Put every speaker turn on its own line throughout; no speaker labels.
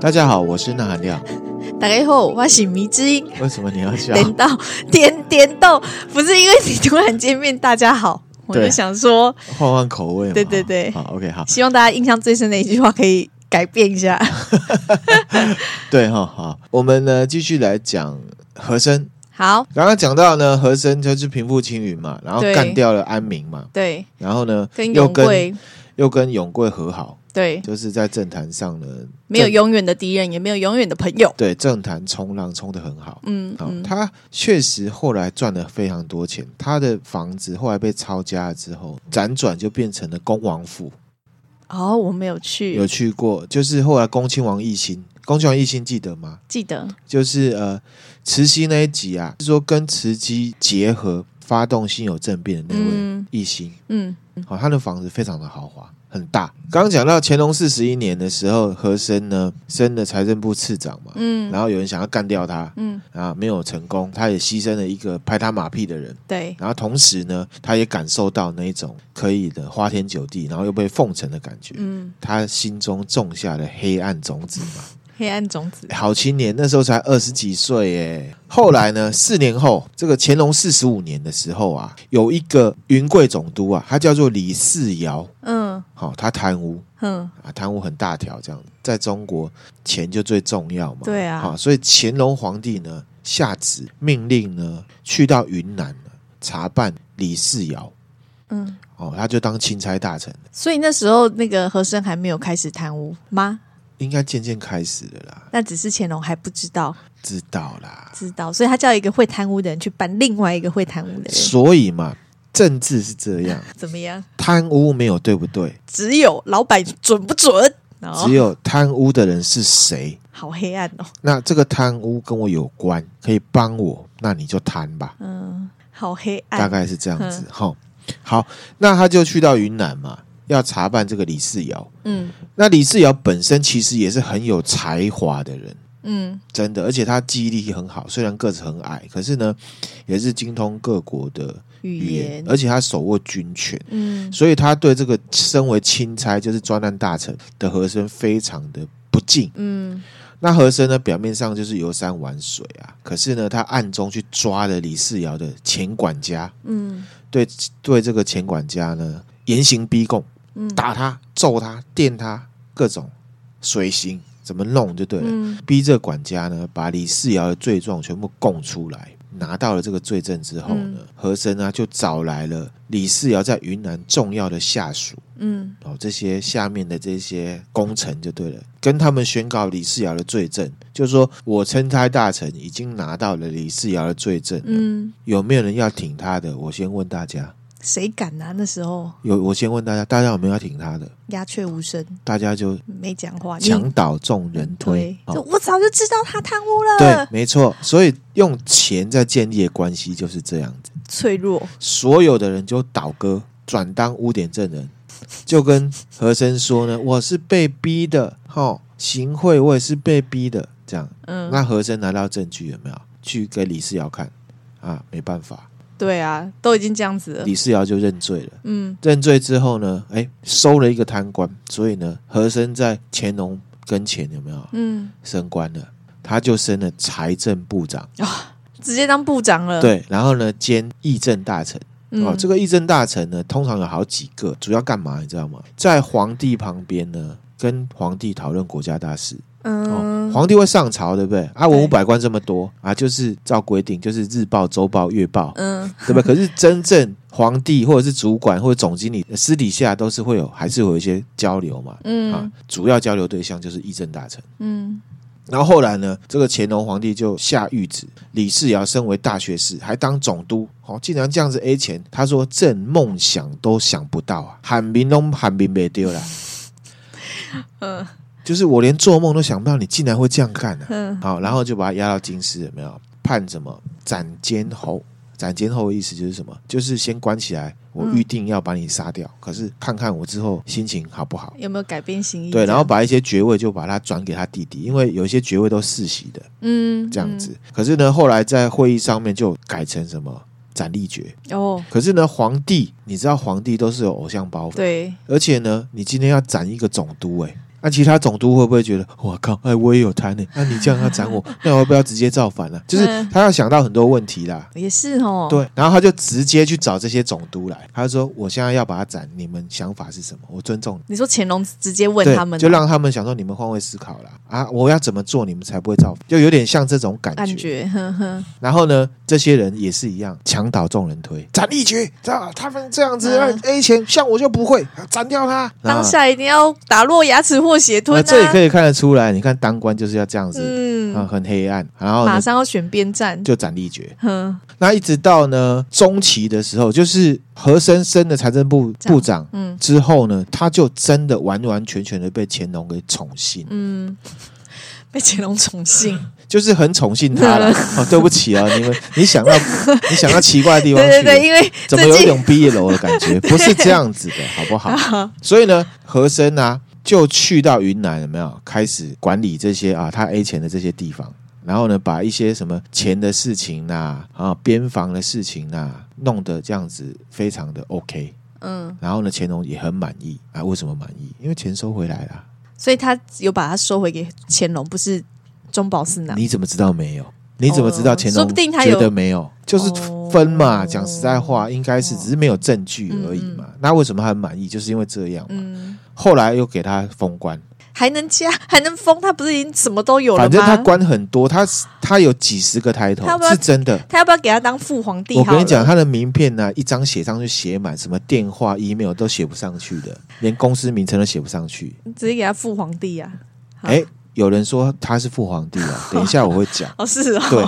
大家好，我是那含 亮。
大家好，我是迷之音。
为什么你要笑？
点到点点到，不是因为你突然见面，大家好，我
对
就想说，
换换口味嘛。
对对对
好，OK，好，
希望大家印象最深的一句话可以改变一下。
对哈，好，我们呢继续来讲和珅。
好，
刚刚讲到呢，和珅就是平复青云嘛，然后
对
干掉了安民嘛，
对，
然后呢
跟
又
永
跟
贵，
又跟永贵和好，
对，
就是在政坛上呢，
没有
政
永远的敌人，也没有永远的朋友。
对政坛冲浪冲的很好。
嗯
啊、
嗯，
他确实后来赚了非常多钱，他的房子后来被抄家了之后，辗转就变成了恭王府。
哦，我没有去，
有去过，就是后来恭亲王奕欣，恭亲王奕欣记得吗？
记得
就是呃，慈禧那一集啊，是说跟慈禧结合发动心有政变的那位
嗯
奕欣，
嗯，
好、他的房子非常的豪华，很大。刚刚讲到乾隆四十一年的时候，和珅呢升了财政部次长嘛，
嗯
然后有人想要干掉他，
嗯，
啊，没有成功，他也牺牲了一个拍他马屁的人。
对，
然后同时呢，他也感受到那一种可以的花天酒地，然后又被奉承的感觉。
嗯，
他心中种下了黑暗种子嘛。
黑暗 种子，
好青年那时候才二十几岁耶。后来呢，四年后，这个乾隆四十五年的时候啊，有一个云贵总督啊，他叫做李世尧，
嗯
好、他贪污
哼，
啊，贪污很大条，这样在中国钱就最重要嘛。
对啊
好、所以乾隆皇帝呢下旨命令呢，去到云南呢查办李世尧，
嗯，
哦，他就当钦差大臣了，
所以那时候那个和珅还没有开始贪污吗？
应该渐渐开始了啦，
那只是乾隆还不知道，
知道啦。
知道，所以他叫一个会贪污的人去办另外一个会贪污的人，
所以嘛，政治是这样，
怎么样？
贪污没有对不对，
只有老板准不准？哦
只，有贪污的人是谁。
好黑暗哦，
那这个贪污跟我有关，可以帮我，那你就贪吧，
嗯，好黑
大
暗，
概是这样子。哈，好，那他就去到云南嘛，要查办这个李世尧。
嗯
那李世尧本身其实也是很有才华的人，
嗯
真的，而且他记忆力很好，虽然个子很矮，可是呢，也是精通各国的
语
语言，嗯
言，
而且他手握军权。
嗯
所以他对这个身为钦差，就是专案大臣的和珅非常的不敬。
嗯
那和珅呢，表面上就是游山玩水啊，可是呢，他暗中去抓了李世尧的前管家，
嗯
对对这个前管家呢，严刑逼供，
嗯
打他、揍他、电他，各种随行怎么弄就对了。
嗯
逼这管家呢，把李世尧的罪状全部供出来。拿到了这个罪证之后呢，
嗯
和珅呢就找来了李世尧在云南重要的下属。
嗯
哦，这些下面的这些功臣就对了，跟他们宣告李世尧的罪证，就是说我钦差大臣已经拿到了李世尧的罪证，
嗯，
有没有人要挺他的？我先问大家，
谁敢啊？那时候
有我先问大家，大家有没有要挺他的？
鸦雀无声，
大家就
没讲话，啊你
墙倒众人推哦
推，，就我早就知道他贪污
对
了，，
没错，所以用钱在建立的关系就是这样子，
脆弱，
所有的人就倒戈，转当污点证人，就跟和珅说呢，我是被逼的，哈、行贿我也是被逼的，这样。
嗯，
那和珅拿到证据有没有？去给李世尧看啊，没办法，
对啊，都已经这样子了，
李世尧就认罪了。
嗯
认罪之后呢，哎，收了一个贪官，所以呢，和珅在乾隆跟前有没有
嗯，
升官了？他就升了财政部长，
直接当部长了，，
对，然后呢兼议政大臣。哦，
嗯，
这个议政大臣呢，通常有好几个，主要干嘛你知道吗？在皇帝旁边呢，跟皇帝讨论国家大事。哦，
嗯，
皇帝会上朝，对不对？啊，
对
文武百官这么多啊，就是照规定，就是日报、周报、月报，
嗯，
对不对？可是真正皇帝或者是主管或者总经理私底下都是会有，还是会有一些交流嘛。啊
嗯，
主要交流对象就是议政大臣。
嗯，
然后后来呢，这个乾隆皇帝就下谕旨，李世尧身为大学士，还当总督，哦，竟然这样子 A 钱，他说朕梦想都想不到啊，喊名都喊名没丢啦，
嗯，
就是我连做梦都想不到，你竟然会这样干 啊！
嗯，
好，然后就把他押到京师，有没有判什么斩监候？斩监候的意思就是什么？就是先关起来，我预定要把你杀掉，可是看看我之后心情好不好。
有没有改变心意？
对，然后把一些爵位就把他转给他弟弟，因为有一些爵位都世袭的，
嗯，
这样子。可是呢，后来在会议上面就改成什么斩立决。
嗯哦，
可是呢，皇帝你知道，皇帝都是有偶像包袱，
对，
而且呢，你今天要斩一个总督、欸，哎，那、其他总督会不会觉得我靠，哎，我也有贪呢、那你这样要斩 我，那我要不要直接造反了、就是
嗯
他要想到很多问题啦。
也是哦。，
对，然后他就直接去找这些总督来，他就说：“我现在要把他斩，你们想法是什么？我尊重你。”
你说乾隆直接问
对，
他们啊，
就让他们想说你们换位思考啦啊！我要怎么做你们才不会造反？就有点像这种感觉。
哦感觉，呵呵，
然后呢，这些人也是一样，墙倒众人推，斩立决，知道吧他们这样子
嗯
让 A 钱，像我就不会，斩掉他。
当
啊
下一定要打落牙齿或血吞
那
啊！
这里可以看得出来，你看当官就是要这样子，啊，
嗯，
很黑暗，然后呢
马上要选边站，
就斩立决。
哼，
那一直到呢中期的时候，就是和珅升的财政部
这样
部长
嗯
之后呢，他就真的完完全全的被乾隆给宠幸，
嗯，被乾隆 宠幸，
就是很宠幸他 了。哦，对不起啊，你们你想到你想到奇怪的地方
对
去，
对对，因为
怎么有一
最近
种毕业楼的感 觉？不是这样子的，好不好？所以呢，和珅啊，就去到云南，有没有开始管理这些啊他 A 钱的这些地方？然后呢，把一些什么钱的事情呐、啊，边防的事情呐、弄得这样子非常的 OK。
嗯，
然后呢，乾隆也很满意啊。为什么满意？因为钱收回来了。
所以他有把它收回给乾隆，不是中饱私囊。
你怎么知道没有？你怎么知道乾
哦说
隆
不定他
觉
有
得没有？就是分嘛，
哦嗯
讲实在话，应该是只是没有证据而已嘛。那为什么他很满意？就是因为这样嘛。
嗯，
后来又给他封官，
还能加还能封，他不是已经什么都有了吗？
反正他官很多，他他有几十个抬头
他要不，要
是真的。
他要不要给他当父皇帝？
我跟你讲，，他的名片啊呢、一张写上去写满，什么电话、email 都写不上去的，连公司名称都写不上去。
直接给他父皇帝啊！好
哎，有人说他是父皇帝 啊，等一下我会讲。
哦，是哦，
对，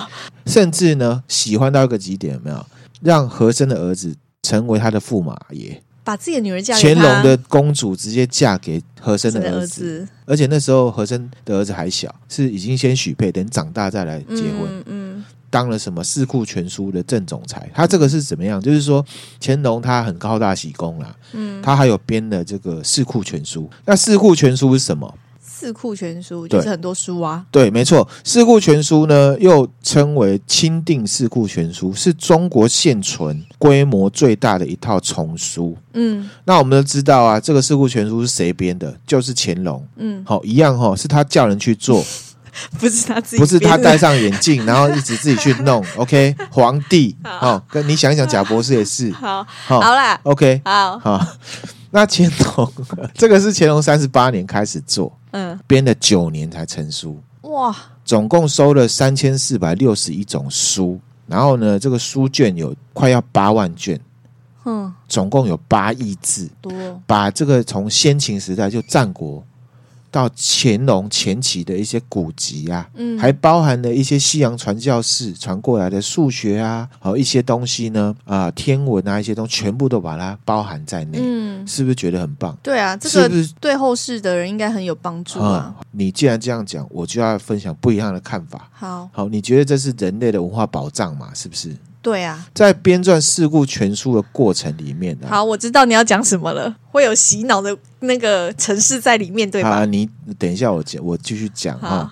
甚至呢，喜欢到一个极点，有没有？让和珅的儿子成为他的驸马爷，
把自己的女儿嫁给
乾
他
隆的公主直接嫁给和珅
自己
的
的
儿
儿
子。
子
而且那时候和珅的儿子还小，是已经先许配，等长大再来结婚，
嗯嗯，
当了什么四库全书的正总裁。他这个是怎么样？就是说乾隆他很好大喜功啦，
嗯
他还有编了这个四库全书。那四库全书是什么？
四库全书
对
就是很多书啊，
对，没错，《四库全书》呢，又称为《钦定四库全书》，是中国现存规模最大的一套丛书。
嗯
那我们都知道啊，这个《四库全书》是谁编的？就是乾隆。
嗯，
好、一样哈、哦，是他叫人去做，
不是他自
不是
己编的，
他戴上眼镜，然后一直自己去弄。OK，皇 帝，
好
哦，跟你想一想，贾博士也是，
好，
好、
好啦，
OK，
好，
好、那乾隆， 这个是乾隆三十八年开始做，
嗯，
编了九年才成书。
哇，
总共收了三千四百六十一种书，然后呢，这个书卷有快要八万卷，
嗯，
总共有八亿字，
多，
把这个从先秦时代就战国到乾隆前期的一些古籍啊，
嗯，
还包含了一些西洋传教士传过来的数学啊，还有一些东西呢，啊、天文啊，一些东西全部都把它包含在内，
嗯，
是不是觉得很棒？
对啊，这
是不
个
是
对后世的人应该很有帮助啊。
你既然这样讲，我就要分享不一样的看法。
好，
好，你觉得这是人类的文化宝藏嘛？是不是？
对啊，
在编撰《四库全书》的过程里面呢、啊，
好，我知道你要讲什么了，会有洗脑的那个城市在里面，对吧？
你等一下我讲，我继续讲哈、
好，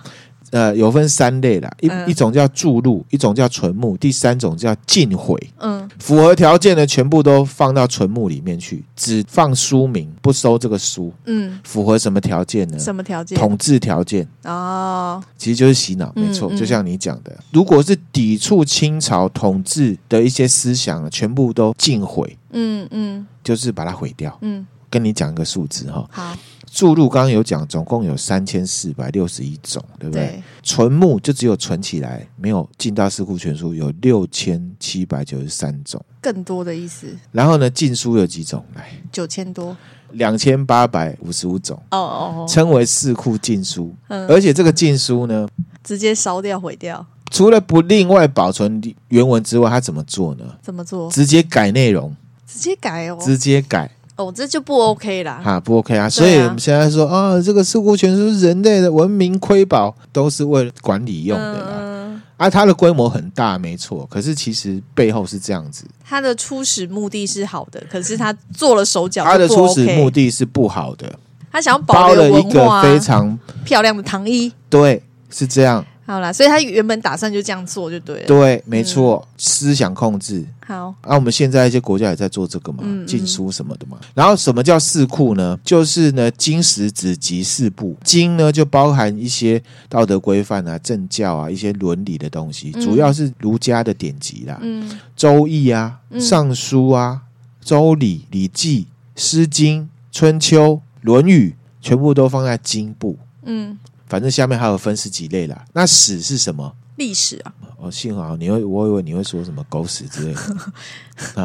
呃，有分三类啦，一、
嗯
一种叫注入，一种叫存木，第三种叫尽毁。
嗯
符合条件的全部都放到存木里面去，只放书名，不收这个书。
嗯，
符合什么条件呢？
什么条件？
统治条件。
哦，
其实就是洗脑，没错，
嗯嗯
就像你讲的，如果是抵触清朝统治的一些思想，全部都尽毁，
嗯嗯
就是把它毁掉。
嗯，
跟你讲一个数字哈、
好，
注入刚刚有讲，总共有三千四百六十一种，对不对？
对，
存木就只有存起来，没有进到四库全书，有六千七百九十三种。
更多的意思，
然后呢，禁书有几种？来，
九千多，
两千八百五十五种，
哦哦，哦
称为四库禁书。
嗯，
而且这个禁书呢，
直接烧掉毁掉，
除了不另外保存原文之外，它怎么做呢？
怎么做？
直接改内容，
直接改哦，
直接改。
哦，这就不 OK 啦，
哈，不 OK 啊，所以我们现在说啊、这个四库全书是人类的文明瑰宝，都是为了管理用的啦。
嗯，
啊，它的规模很大，没错，可是其实背后是这样子，
他的初始目的是好的，可是他做了手脚
它的
就不
初
OK，
始目的是不好的，
他想要
包
保
了
留
一
文化
个
啊
非常
漂亮的糖衣，
对，是这样。
好啦，所以他原本打算就这样做就对了。嗯
对，没错，思想控制。
好，
啊，我们现在一些国家也在做这个嘛
嗯，嗯
禁书什么的嘛。然后什么叫四库呢？就是呢，经史子集四部，经呢就包含一些道德规范啊、政教啊、一些伦理的东西，
嗯
主要是儒家的典籍啦，
嗯
周易》啊、
嗯
尚书》啊、周礼》《礼记》《诗经》《春秋》《论语》，全部都放在经部。
嗯，
反正下面还有分十几类啦。那史是什么？
历史啊，
哦，幸好你会，我以为你会说什么狗屎之类的。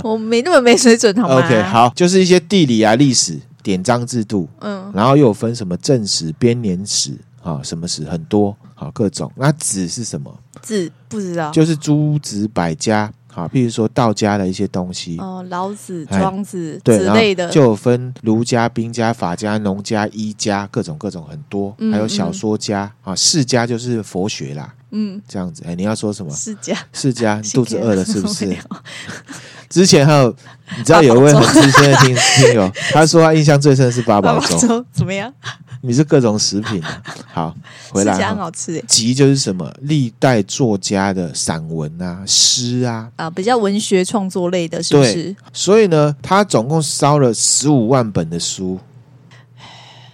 我没那么没水 准好吗
OK，，好，就是一些地理啊、历史、典章制度，
嗯
然后又有分什么正史、编年史啊、什么史很多，好、各种。那子是什么？
字不知道
就是诸子百家，好、譬如说道家的一些东西。
哦，老子、
哎
庄子
对，
之
然
类
后
的，
就有分儒家、兵家、法家、农家、医家，各种各种很多，
嗯
还有小说家啊，世家就是佛学啦，
嗯，
这样子。哎，你要说什 么？
是这样。
世家，你肚子饿了是不
受
是
了？？
之前还有，你知道有一位很资深的听听 友，他说他印象最深的是八
爸
宝
爸
粥，
粥怎么样？
你是各种食品、啊。 好，回来
是这样哦
哈。
好吃诶
集就是什么？历代作家的散文啊、诗啊，
啊，比较文学创作类的，是不
对
是？
所以呢，他总共烧了十五万本的书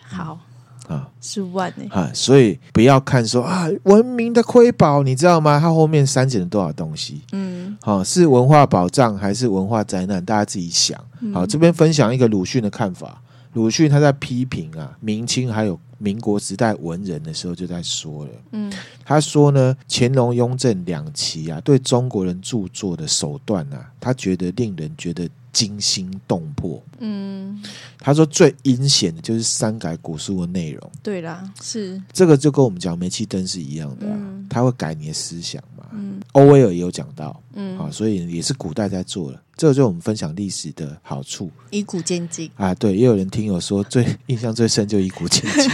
好，
啊
是万诶，
啊！所以不要看说啊，文明的瑰宝，你知道吗？他后面删减了多少东西？
嗯
好、是文化保障还是文化灾难？大家自己想。好、这边分享一个鲁迅的看法。鲁迅他在批评啊，明清还有民国时代文人的时候就在说了。
嗯
他说呢，乾隆、雍正两期啊，对中国人著作的手段啊，他觉得令人觉得惊心动魄。
嗯，
他说最阴险的就是删改古书的内容，
对啦，是
这个就跟我们讲煤气灯是一样的、啊
嗯，
他会改你的思想嘛。
嗯
欧威尔也有讲到，啊，
嗯，
所以也是古代在做了。这就是我们分享历史的好处
以古鉴今。
啊。对，也有人听友说最 印象最深就以古鉴今，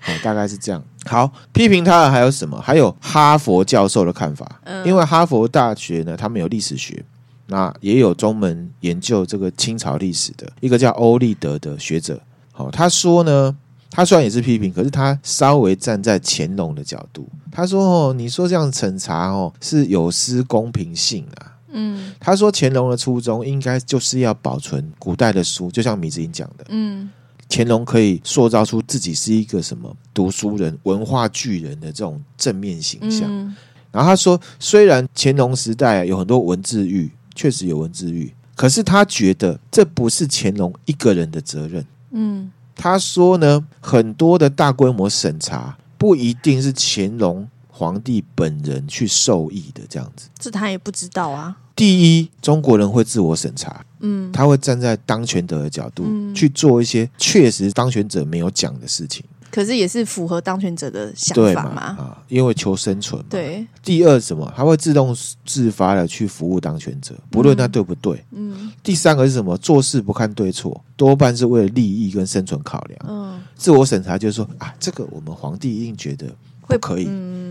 好，哦大概是这样。好，批评他的还有什么？还有哈佛教授的看法，
嗯
因为哈佛大学呢，他们有历史学。那也有专门研究这个清朝历史的一个叫欧立德的学者，好、他说呢，他虽然也是批评，可是他稍微站在乾隆的角度，他说哦，你说这样审查哦是有失公平性啊，
嗯
他说乾隆的初衷应该就是要保存古代的书，就像米子英讲的，
嗯
乾隆可以塑造出自己是一个什么读书人、文化巨人的这种正面形象。
嗯
然后他说，虽然乾隆时代啊有很多文字狱，确实有文字狱，可是他觉得这不是乾隆一个人的责任。
嗯
他说呢，很多的大规模审查不一定是乾隆皇帝本人去受益的，这样子。
这他也不知道啊。
第一，中国人会自我审查，
嗯
他会站在当权者的角度、
嗯
去做一些确实当权者没有讲的事情，
可是也是符合当权者的想
对嘛？
法嘛？
啊，因为求生存嘛。。
对，
第二，什么？他会自动自发的去服务当权者，不论他对不对。
嗯
第三个是什么？做事不看对错，多半是为了利益跟生存考量。
嗯，
自我审查就是说啊，这个我们皇帝一定觉得
会
不可以，
嗯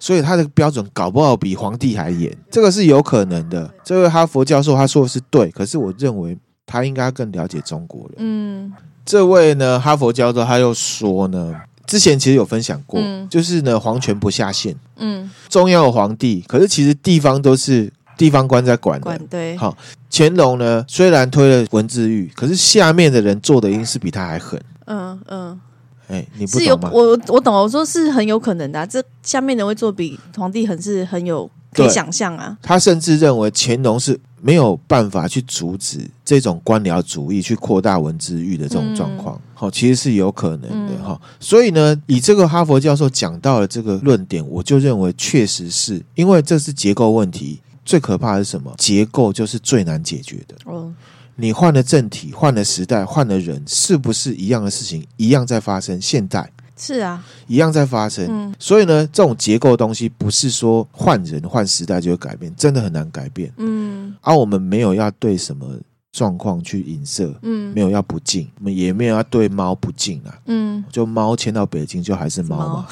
所以他的标准搞不好比皇帝还严，这个是有可能的。这位哈佛教授他说的是对，可是我认为他应该更了解中国人。
嗯
这位呢，哈佛教授他又说呢，之前其实有分享过，
嗯
就是呢，皇权不下县，
嗯，
中央有皇帝，可是其实地方都是地方官在管的
管。对
好乾隆呢，虽然推了文字狱，可是下面的人做的一定是比他还狠。
嗯嗯，
哎，你不
是有
懂吗？
我我懂，我说是很有可能的啊。这下面的会做比皇帝很是很有可以
对
想象啊。
他甚至认为乾隆是没有办法去阻止这种官僚主义去扩大文字狱的这种状况，好、其实是有可能的
嗯
哈、所以呢，以这个哈佛教授讲到的这个论点，我就认为确实是因为这是结构问题。最可怕的是什么？结构就是最难解决的。
哦，
你换了政体，换了时代，换了人，是不是一样的事情一样在发生？现代
是啊，
一样在发生。
嗯
所以呢，这种结构的东西不是说换人换时代就会改变，真的很难改变。
嗯
而、啊我们没有要对什么状况去影射，
嗯
没有要不敬，我们也没有要对猫不敬啊。
嗯，
就猫迁到北京，就还是猫嘛。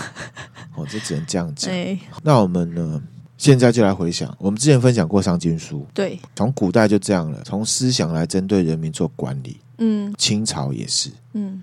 哦，这只能这样讲。
哎，
那我们呢，现在就来回想，我们之前分享过《商君书》，
对，
从古代就这样了，从思想来针对人民做管理，
嗯
清朝也是。
嗯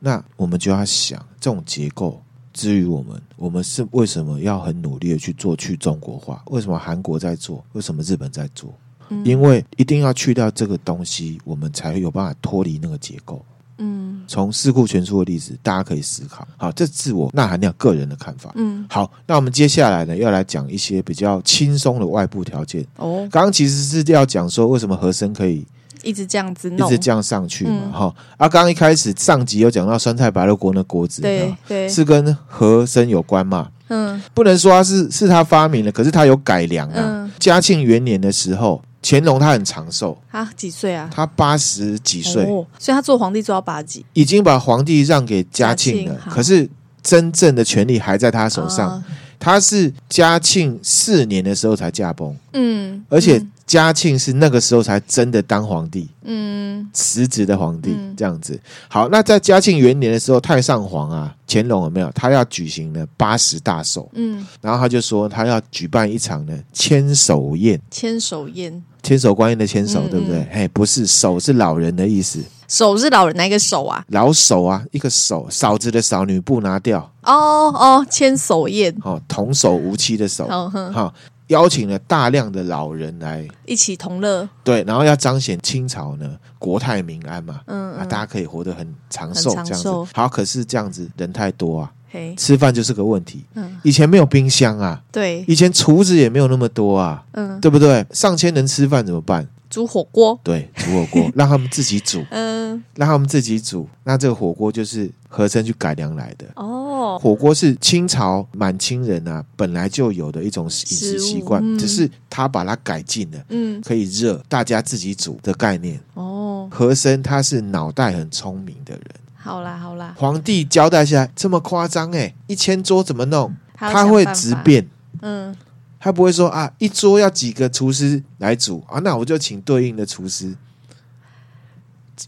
那我们就要想，这种结构至于我们，我们是为什么要很努力的去做去中国化？为什么韩国在做？为什么日本在做？
嗯
因为一定要去掉这个东西，我们才有办法脱离那个结构。
嗯
从四库全书的例子，大家可以思考。好，这是我那含量个人的看法。
嗯
好，那我们接下来呢，要来讲一些比较轻松的外部条件。
哦，
刚刚其实是要讲说，为什么和声可以
一直这样子
一
弄，
直这样上去嘛？
嗯
哈、啊，刚刚一开始上集有讲到酸菜白肉锅那锅子，有没
对
有
对，
是跟和声有关嘛？
嗯
不能说它是是他发明的，可是他有改良啊。
嗯，
嘉庆元年的时候，乾隆他很长寿，
他几岁啊？
他八十几岁，
哦，所以他做皇帝做到八几
已经把皇帝让给嘉庆了
嘉，庆好
可是真正的权力还在他手上。
啊
他是嘉庆四年的时候才驾崩，
嗯，
而且嘉庆是那个时候才真的当皇帝，
嗯
辞职的皇帝
嗯
这样子。好，那在嘉庆元年的时候，太上皇啊，乾隆有没有？他要举行呢八十大寿，
嗯，
然后他就说他要举办一场呢牵手宴，
千手宴，
千手观音的牵手，
嗯
对不对
嗯？
嘿，不是手是老人的意思，
手是老人哪一个手啊？
老手啊，一个手嫂子的嫂，女不拿掉，
哦哦，千手宴，
哦，童叟无欺的叟，
好哼，
好、邀请了大量的老人来，
一起同乐，
对，然后要彰显清朝呢国泰民安嘛，
嗯
啊，
嗯，
大家可以活得很长寿
很长
这样
寿
子。好，可是这样子人太多啊，
嘿，
吃饭就是个问题。
嗯，
以前没有冰箱啊，
对，
以前厨子也没有那么多啊，
嗯，
对不对？上千人吃饭怎么办？
煮火锅，
对，煮火锅， 让他们自己煮，
嗯，
让他们自己煮。那这个火锅就是和珅去改良来的。
哦，
火锅是清朝满清人啊本来就有的一种饮食习惯，
食物嗯
只是他把它改进了，
嗯，
可以热，大家自己煮的概念。
哦，
和珅他是脑袋很聪明的人，
好啦好啦，
皇帝交代下来这么夸张哎，一千桌怎么弄？
还要
他
想
会
办
直
法，
变，
嗯，
他不会说啊一桌要几个厨师来煮啊，那我就请对应的厨师。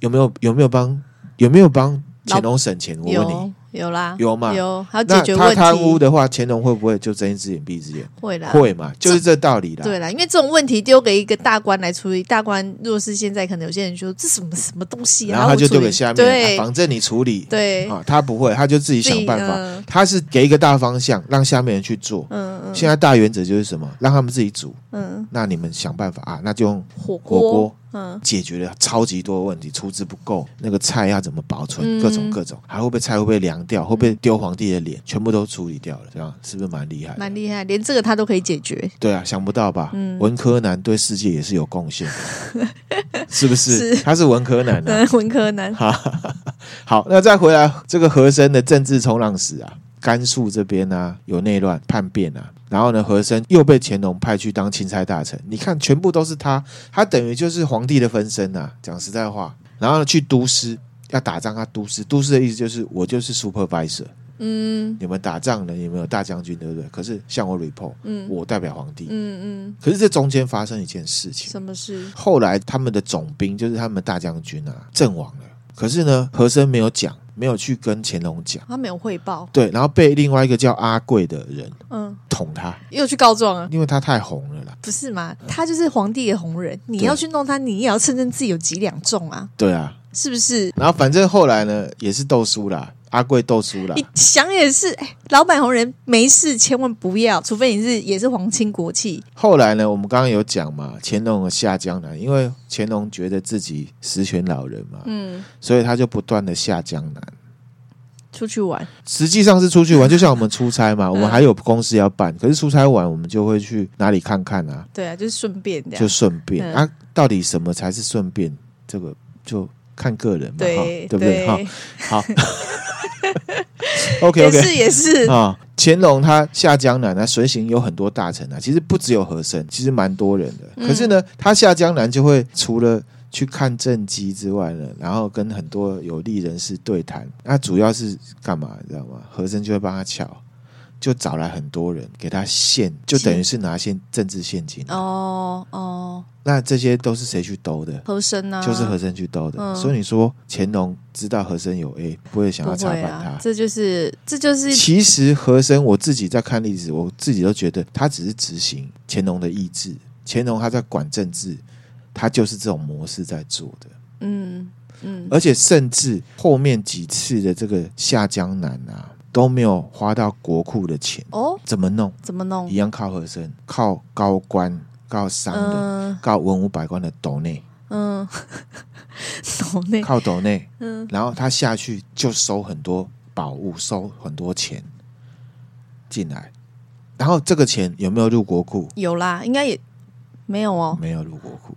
有没有有没有帮有没有帮乾隆省钱？我问你，
有有啦，
有嘛
有，还要
那
解决
他
问
贪污
题，
的话，乾隆会不会就睁一只眼闭一只眼？
会啦，
会嘛，就是这道理啦。
对啦，因为这种问题丢给一个大官来处理，大官若是现在可能有些人说这什么什么东西啊，
然后他就
我处
丢
理
给下面，
对、
啊反正你处理
对，
啊，他不会，他就自己想办
自己
法
嗯。
他是给一个大方向，让下面人去做。
嗯嗯
现在大原则就是什么？让他们自己煮，
嗯，
那你们想办法啊，那就用
火锅，
火锅
嗯
解决了超级多的问题，厨子不够，那个菜要怎么保存，
嗯
各种各种，还会不会菜会不会凉掉，会不会丢皇帝的脸，全部都处理掉了，这样是不是蛮厉害的？
蛮嗯厉害，连这个他都可以解决，
对啊，想不到吧？文科男对世界也是有贡献 的，是不是？
是
他是文科男啊。
嗯， 文科男，
哈哈哈 哈好，那再回来这个和珅的政治冲浪史啊，甘肃这边呢、有内乱叛变啊，然后呢和珅又被乾隆派去当钦差大臣，你看全部都是他，他等于就是皇帝的分身呐、讲实在话，然后呢去督师。要打仗，他督师，督师的意思就是我就是 supervisor。
嗯
你们打仗呢，你们有大将军，对不对？可是向我 report，
嗯
我代表皇帝。
嗯嗯，
可是这中间发生一件事情，
什么事？
后来他们的总兵就是他们大将军啊阵亡了，可是呢和珅没有讲，没有去跟乾隆讲，
他没有汇报，
对，然后被另外一个叫阿贵的人
嗯，
捅他，
又去告状啊。
因为他太红了啦。
不是嘛？他就是皇帝的红人，你
对
要去弄他，你也要承认自己有几两重啊，
对啊，
是不是？
然后反正后来呢也是斗输啦，阿贵斗输啦。
你想也是，哎，老板红人没事，千万不要，除非你是也是皇亲国戚，
后来呢，我们刚刚有讲嘛，乾隆的下江南，因为乾隆觉得自己十全老人嘛，
嗯，
所以他就不断的下江南。
出去玩，
实际上是出去玩，就像我们出差嘛，我们还有公司要办，可是出差完我们就会去哪里看看啊，
对啊，就是顺便这
就
样，
顺便、
嗯
啊，到底什么才是顺便？这个就看个人嘛，哈
对
对不对？哈，好 ，OK
也
OK
是也是，
啊，乾隆他下江南，他随行有很多大臣啊，其实不只有和珅，其实蛮多人的。
嗯
可是呢，他下江南就会除了。去看政绩之外呢，然后跟很多有利人士对谈。那主要是干嘛？你知道吗？和珅就会帮他巧，就找来很多人给他献，就等于是拿现政治现金。啊
哦哦，
那这些都是谁去兜的？
和珅啊，
就是和珅去兜的。
嗯
所以你说乾隆知道和珅有 A，不会想要
不
查
会
办他。
啊，这就是这就是
其实和珅，我自己在看历史，我自己都觉得他只是执行乾隆的意志。乾隆他在管政治，他就是这种模式在做的。
嗯嗯
而且甚至后面几次的这个下江南啊，都没有花到国库的钱，
哦，
怎么弄？
怎么弄
呃一？样靠和珅，靠高官，靠商人，
嗯
靠文武百官的斗内，
嗯， 脑内
靠斗内，
嗯
然后他下去就收很多宝物，收很多钱进来，然后这个钱有没有入国库？
有啦，应该也没有哦。
没有入国库，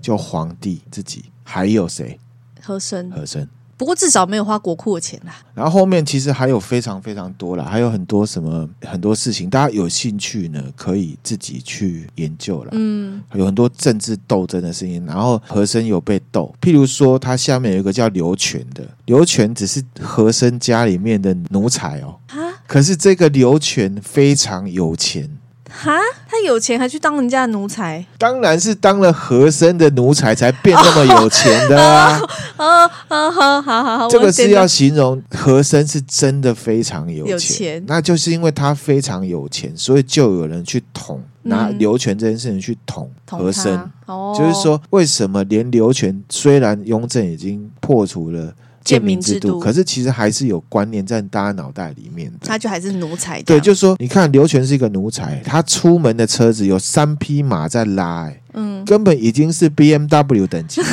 就皇帝自己，还有谁？
和珅，
和珅。
不过至少没有花国库的钱啦。
然后后面其实还有非常非常多啦，还有很多什么很多事情，大家有兴趣呢，可以自己去研究啦。
嗯，
有很多政治斗争的事情，然后和珅有被斗，譬如说他下面有一个叫刘全的，刘全只是和珅家里面的奴才哦，
哈
可是这个刘全非常有钱，
哈，他有钱还去当人家的奴才？
当然是当了和珅的奴才才变那么有钱的啊！
呃呃，好好好好，
这
我
个是
点
要
了
形容和珅是真的非常有钱，
有钱
那就是因为他非常有钱，所以就有人去捅拿
嗯
刘全这件事情去捅
捅
和
他
珅。
哦，
就是说，为什么连刘全虽然雍正已经破除了
贱
贱
民
民
制
制
度
度，可是其实还是有观念在大家脑袋里面的
他。就还是奴才这
对，
样。
就是说，你看刘全是一个奴才，他出门的车子有三匹马在拉、欸，
嗯，
根本已经是 B M W 等 级了，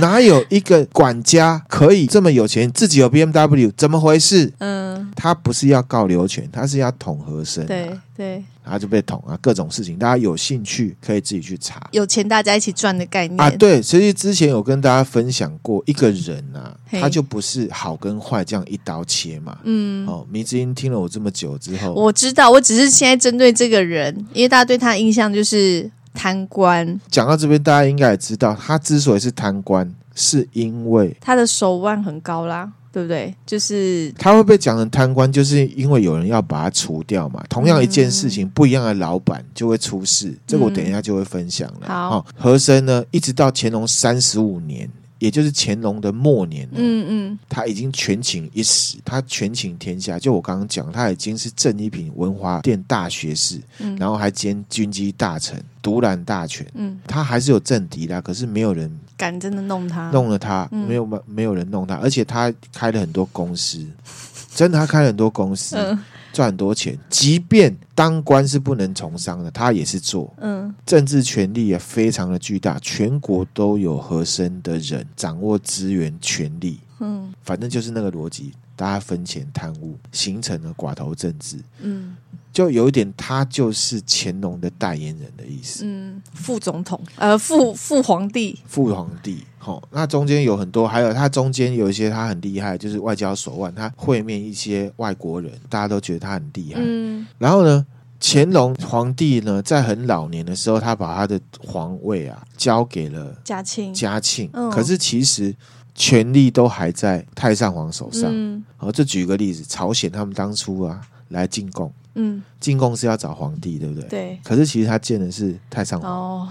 哪有一个管家可以这么有钱，自己有 B M W，怎么回事？
嗯，
他不是要告刘全，他是要捅和珅、啊，
对对，
然后就被捅啊，各种事情，大家有兴趣可以自己去查。
有钱大家一起赚的概念
啊，对，其实之前有跟大家分享过，一个人啊，
嘿
他就不是好跟坏这样一刀切嘛。
嗯，
哦，迷之音听了我这么久之后，
我知道，我只是现在针对这个人，因为大家对他的印象就是贪官，
讲到这边，大家应该也知道，他之所以是贪官，是因为
他的手腕很高啦，对不对？就是
他会被讲成贪官，就是因为有人要把他除掉嘛。同样一件事
嗯
情，不一样的老板就会出事，这个我等一下就会分享了。
嗯好
哦，和珅呢，一直到乾隆三十五年，也就是乾隆的末年呢，
嗯嗯，
他已经权倾一时，他权倾天下。就我刚刚讲，他已经是正一品文华殿大学士，
嗯
然后还兼军机大臣，独揽大权。
嗯，
他还是有政敌啦，可是没有人
敢真的弄他，
弄了他，
嗯
没有没有人弄他，而且他开了很多公司， 真的他开了很多公司，
嗯
赚很多钱。即便当官是不能从商的，他也是做。
嗯
政治权力也非常的巨大，全国都有和珅的人掌握资源权力。
嗯
反正就是那个逻辑，大家分钱贪污，形成了寡头政治，
嗯
就有一点他就是乾隆的代言人的意思，
嗯，副总统，呃，副副皇帝，
父皇帝。好，那中间有很多，还有他中间有一些他很厉害，就是外交手腕，他会面一些外国人，大家都觉得他很厉害。
嗯
然后呢，乾隆皇帝呢，在很老年的时候，他把他的皇位啊交给了
嘉庆，
嘉庆，
嗯
可是其实权力都还在太上皇手上。
嗯
好，这举个例子，朝鲜他们当初啊来进贡，
嗯，
进贡是要找皇帝，对不对？
对，
可是其实他见的是太上皇，
哦，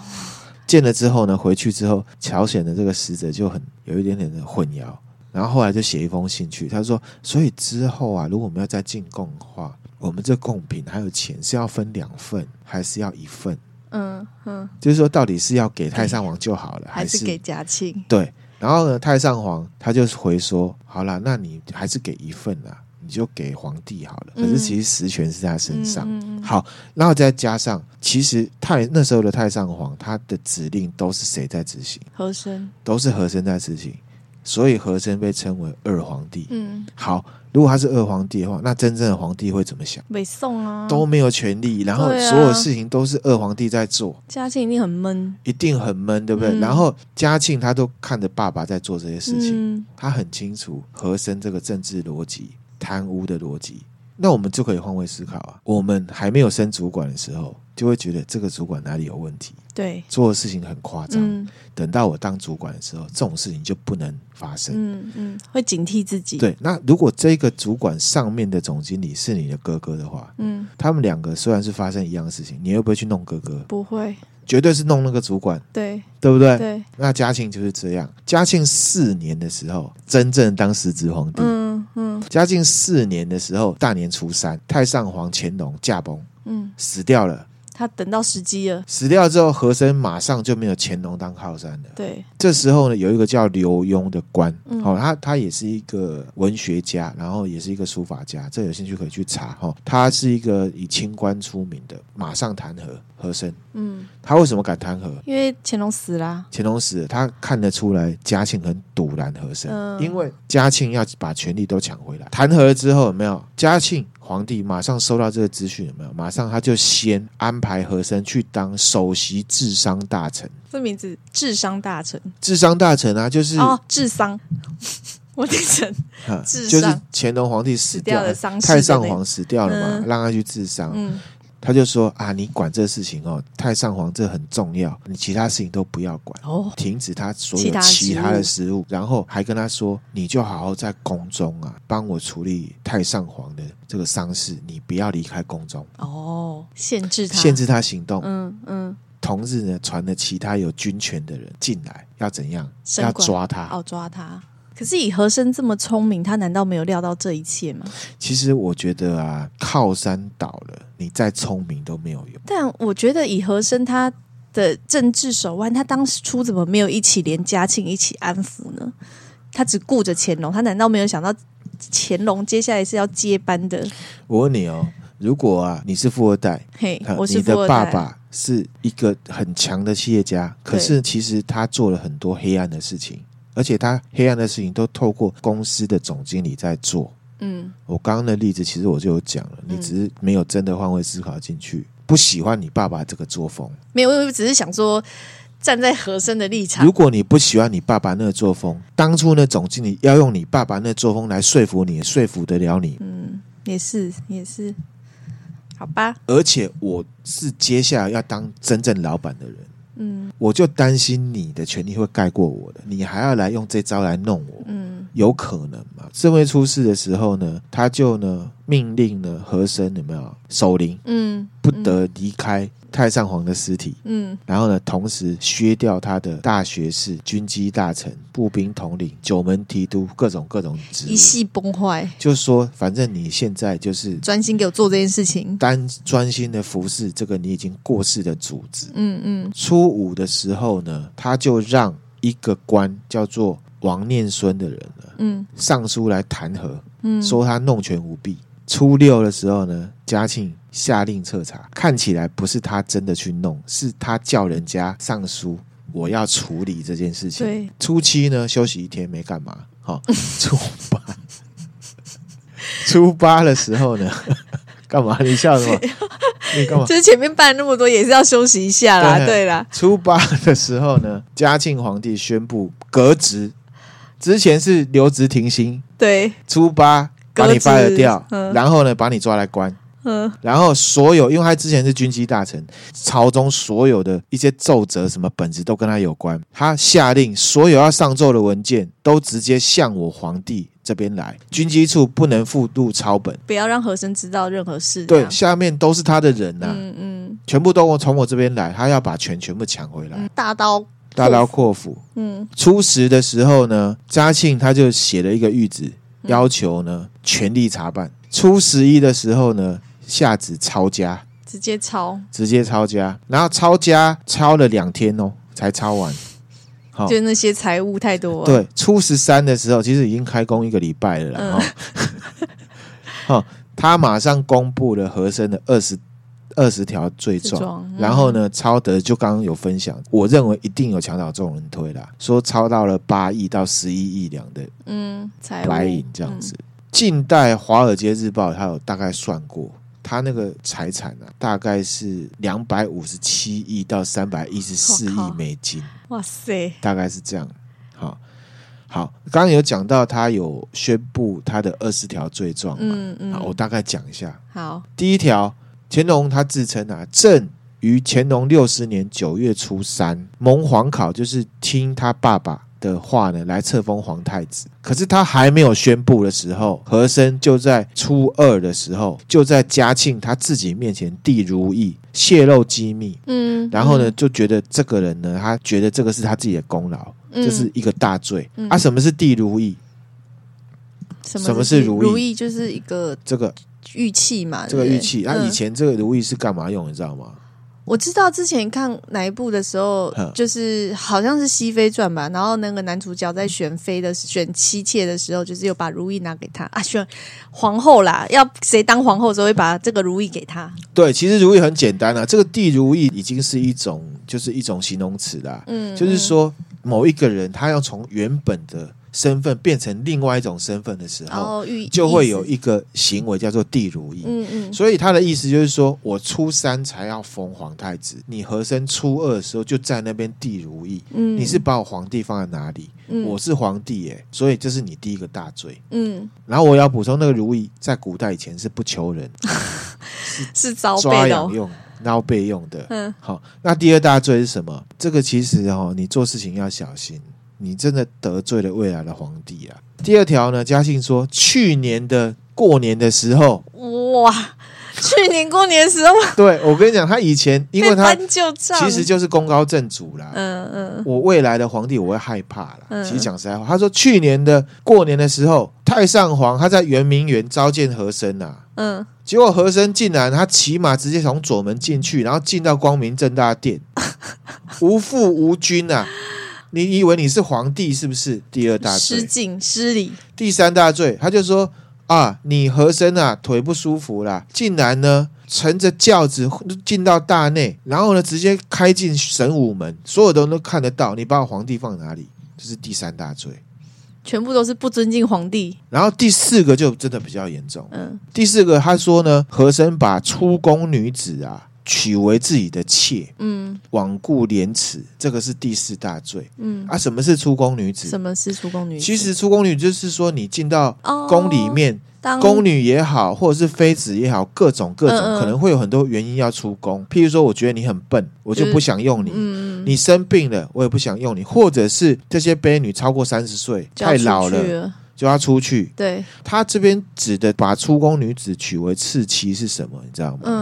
见了之后呢，回去之后，朝鲜的这个使者就很有一点点的混淆，然后后来就写一封信去，他说，所以之后啊，如果我们要再进贡的话，我们这贡品还有钱是要分两份，还是要一份？
嗯嗯，
就是说，到底是要给太上皇就好了，
还
是
是给嘉庆，
对，然后呢，太上皇他就回说：“好啦，那你还是给一份啦，你就给皇帝好了。”可
嗯
是其实实权是在他身上。
嗯嗯嗯
好，然后再加上，其实太那时候的太上皇他的指令都是谁在执行？
和珅，
都是和珅在执行，所以和珅被称为二皇帝。
嗯，
好，如果他是二皇帝的话，那真正的皇帝会怎么想？
北宋啊，
都没有权利，然后
对啊
所有事情都是二皇帝在做。
嘉庆一定很闷，
一定很闷，对不对？
嗯
然后嘉庆他都看着爸爸在做这些事情，
嗯
他很清楚和珅这个政治逻辑、贪污的逻辑。那我们就可以换位思考啊，我们还没有升主管的时候，就会觉得这个主管哪里有问题，
对，
做的事情很夸张。
嗯
等到我当主管的时候，这种事情就不能发生。
嗯嗯，会警惕自己，，
对，那如果这个主管上面的总经理是你的哥哥的话，
嗯，
他们两个虽然是发生一样的事情，你会不会去弄哥哥？
不会，
绝对是弄那个主管，
对
对不对？
对，
那嘉庆就是这样。嘉庆四年的时候，真正当实职皇帝。
嗯嗯
嘉庆四年的时候，大年初三，太上皇乾隆驾崩
嗯，
死掉了。
他等到时机了。
死掉之后，和珅马上就没有乾隆当靠山了。
对，
这时候呢，有一个叫刘墉的官，
嗯
哦，他他也是一个文学家，然后也是一个书法家，这有兴趣可以去查哦。他是一个以清官出名的，马上弹劾和珅。
嗯，
他为什么敢弹劾？
因为乾隆死啦，
乾隆死了，他看得出来嘉庆很堵拦和珅，
嗯
因为嘉庆要把权力都抢回来。弹劾了之后，有没有嘉庆皇帝马上收到这个资讯，有没有？马上他就先安排和珅去当首席治商大臣。
这名字智商大臣
治商大臣啊，就是、
哦，智商， 我听成
哈
治
就
丧
是乾隆皇帝死
死
掉
掉
了
了，丧事的
太
那
上皇死掉了嘛，
嗯
让他去治商。
嗯
他就说啊，你管这事情哦，太上皇这很重要，你其他事情都不要管。
哦，
停止他所
其
有
他的
其
职
他的
务
食物，然后还跟他说：“你就好好在宫中啊，帮我处理太上皇的这个丧事，你不要离开宫中，
哦，限制他，
限，制他行动。
嗯嗯，
同日呢，传了其他有军权的人进来，要怎样？
升
要
官
抓他。
哦，抓他。可是以和珅这么聪明，他难道没有料到这一切吗？
其实我觉得啊，靠山倒了，你再聪明都没有用。
但我觉得以和珅他的政治手腕，他当初怎么没有一起连嘉庆一起安抚呢？他只顾着乾隆，他难道没有想到乾隆接下来是要接班的？
我问你哦，如果啊，你是富二代，
嘿
看，
我是
你
富
的
二
爸
代，
爸是一个很强的企业家，可
对
是其实他做了很多黑暗的事情，而且他黑暗的事情都透过公司的总经理在做。
嗯，
我刚刚的例子其实我就有讲了，你
嗯
只是没有真的换位思考进去，不喜欢你爸爸这个作风。
没有，我只是想说，站在和珅的立场
如，果你不喜欢你爸爸那个作风，当初那总经理要用你爸爸那作风来说服你，说服得了你。
也是也是，好吧，
而且我是接下来要当真正老板的人。
嗯
我就担心你的权利会盖过我的，你还要来用这招来弄我，
嗯
有可能吗？正位出事的时候呢，他就呢命令呢和珅有没有守灵，
嗯
不得离开太上皇的尸体，
嗯，
然后呢，同时削掉他的大学士、军机大臣、步兵统领、九门提督各种各种职
一
务，
系崩坏，
就说反正你现在就是
专心给我做这件事情。
单专心的服侍这个你已经过世的组织，
嗯嗯
初五的时候呢，他就让一个官叫做王念孙的人呢
嗯
上书来弹劾，
嗯，
说他弄权无弊。初六的时候呢，嘉庆下令彻查，看起来不是他真的去弄，是他叫人家上书，我要处理这件事情。
对，
初七呢，休息一天没干嘛，好、初八，初八的时候呢， 干嘛？你笑什么？你干嘛？
就是前面办那么多也是要休息一下啦，
对
对啦，
初八的时候呢，嘉庆皇帝宣布革职，之前是留职停薪，
对，
初八把你
革职
fire 掉，
嗯
然后呢把你抓来关。
嗯
然后所有，因为他之前是军机大臣，朝中所有的一些奏折什么本子都跟他有关。他下令所有要上奏的文件都直接向我皇帝这边来，军机处不能附录抄本。
不要让和珅知道任何事。这
对，
样
下面都是啊他的人呐、
嗯嗯
全部都从我这边来，他要把权全部抢回来，
嗯，大刀，
大刀阔斧。
嗯
初十的时候呢，嘉庆他就写了一个谕旨，
嗯
要求呢全力查办。初十一的时候呢，下旨抄家，
直接抄，
直接抄家，然后抄家抄了两天哦，才抄完。好、
就那些财物太多。，
哦对，初十三的时候，其实已经开工一个礼拜了啦。哈、 哦，他马上公布了和珅的二十二十条罪
自
状，
状嗯
然后呢，超德就刚刚有分享，我认为一定有墙倒众人推啦，说超到了八亿到十一亿两的
嗯，财
白
物
银这样子。近代《华尔街日报》它有大概算过，它那个财产啊，大概是两百五十七亿到三百一十四
我靠
亿美金，
嗯哇塞，
大概是这样。好，好，刚刚有讲到他有宣布他的二十条罪状嘛，
嗯嗯
好，我大概讲一下。
好，
第一条，乾隆他自称啊，朕于乾隆六十年九月初三蒙皇考，就是听他爸爸的话呢，来册封皇太子。可是他还没有宣布的时候，和珅就在初二的时候，就在嘉庆他自己面前递如意，泄露机密。
嗯，
然后呢，就觉得这个人呢，他觉得这个是他自己的功劳，
嗯，
这是一个大罪、
嗯
啊！什么是递如意？
什
什么
么
是如
如
意
意就是一个
这个
玉器嘛，
这个
对不
玉
对
器，那、啊
嗯
以前这个如意是干嘛用？你知道吗？
我知道之前看哪一部的时候
嗯，
就是好像是《熹妃传》吧，然后那个男主角在选妃的选妻妾的时候，就是有把如意拿给他啊，选皇后啦，要谁当皇后的时候会把这个如意给他，
对，其实如意很简单啊，这个地如意已经是一种就是一种形容词啦。
嗯，
就是说某一个人他要从原本的身份变成另外一种身份的时
嗯，然
候，
后寓
哦就会有
意思，
一个行为叫做地如意。
嗯嗯，
所以他的意思就是说，我初三才要封皇太子，你和珅初二的时候就在那边地如意，
嗯
你是把我皇帝放在哪里？
嗯
我是皇帝耶、所以这是你第一个大罪。
嗯
然后我要补充，那个如意在古代以前是不求人，
是招
抓
备的
痒
哦、
用、捞备用的。
嗯
好，那第二大罪是什么？这个其实哦，你做事情要小心，你真的得罪了未来的皇帝啊。第二条呢，嘉庆说，去年的过年的时 候，
哇，去年过年的时候
对我跟你讲，他以前因为
被
他
翻旧账，
其实就是功高震主啦。
嗯嗯
我未来的皇帝我会害怕啦。
嗯
其实讲实在话，他说去年的过年的时候，太上皇他在圆明园召见和珅啊，
嗯，
结果和珅竟然他骑马直接从左门进去，然后进到光明正大的殿，无父无君啊！你以为你是皇帝是不是？第二大
失
罪，
敬失礼，
第三大罪，他就说啊，你和珅啊腿不舒服啦，竟然呢乘着轿子进到大内，然后呢直接开进神武门，所有的人都看得到，你把我皇帝放哪里？这是第三大罪。
全部都是不尊敬皇帝。
然后第四个就真的比较严重，
嗯
第四个，他说呢，和珅把出宫女子啊娶为自己的妾，
嗯
罔顾廉耻，这个是第四大罪
嗯，
啊。什么是出宫女子？
什么是出宫女子？
其实出宫女就是说，你进到
哦
宫里面，
当
宫女也好，或者是妃子也好，各种各种，
嗯嗯
可能会有很多原因要出宫。譬如说，我觉得你很笨，我就
就是
不想用你。
嗯嗯
你生病了，我也不想用你，或者是这些妃女超过三十岁，
就要
太老
出去
了
了，
就要出去，
对，
他这边指的把出宫女子娶为次妻是什么？你知道吗？
嗯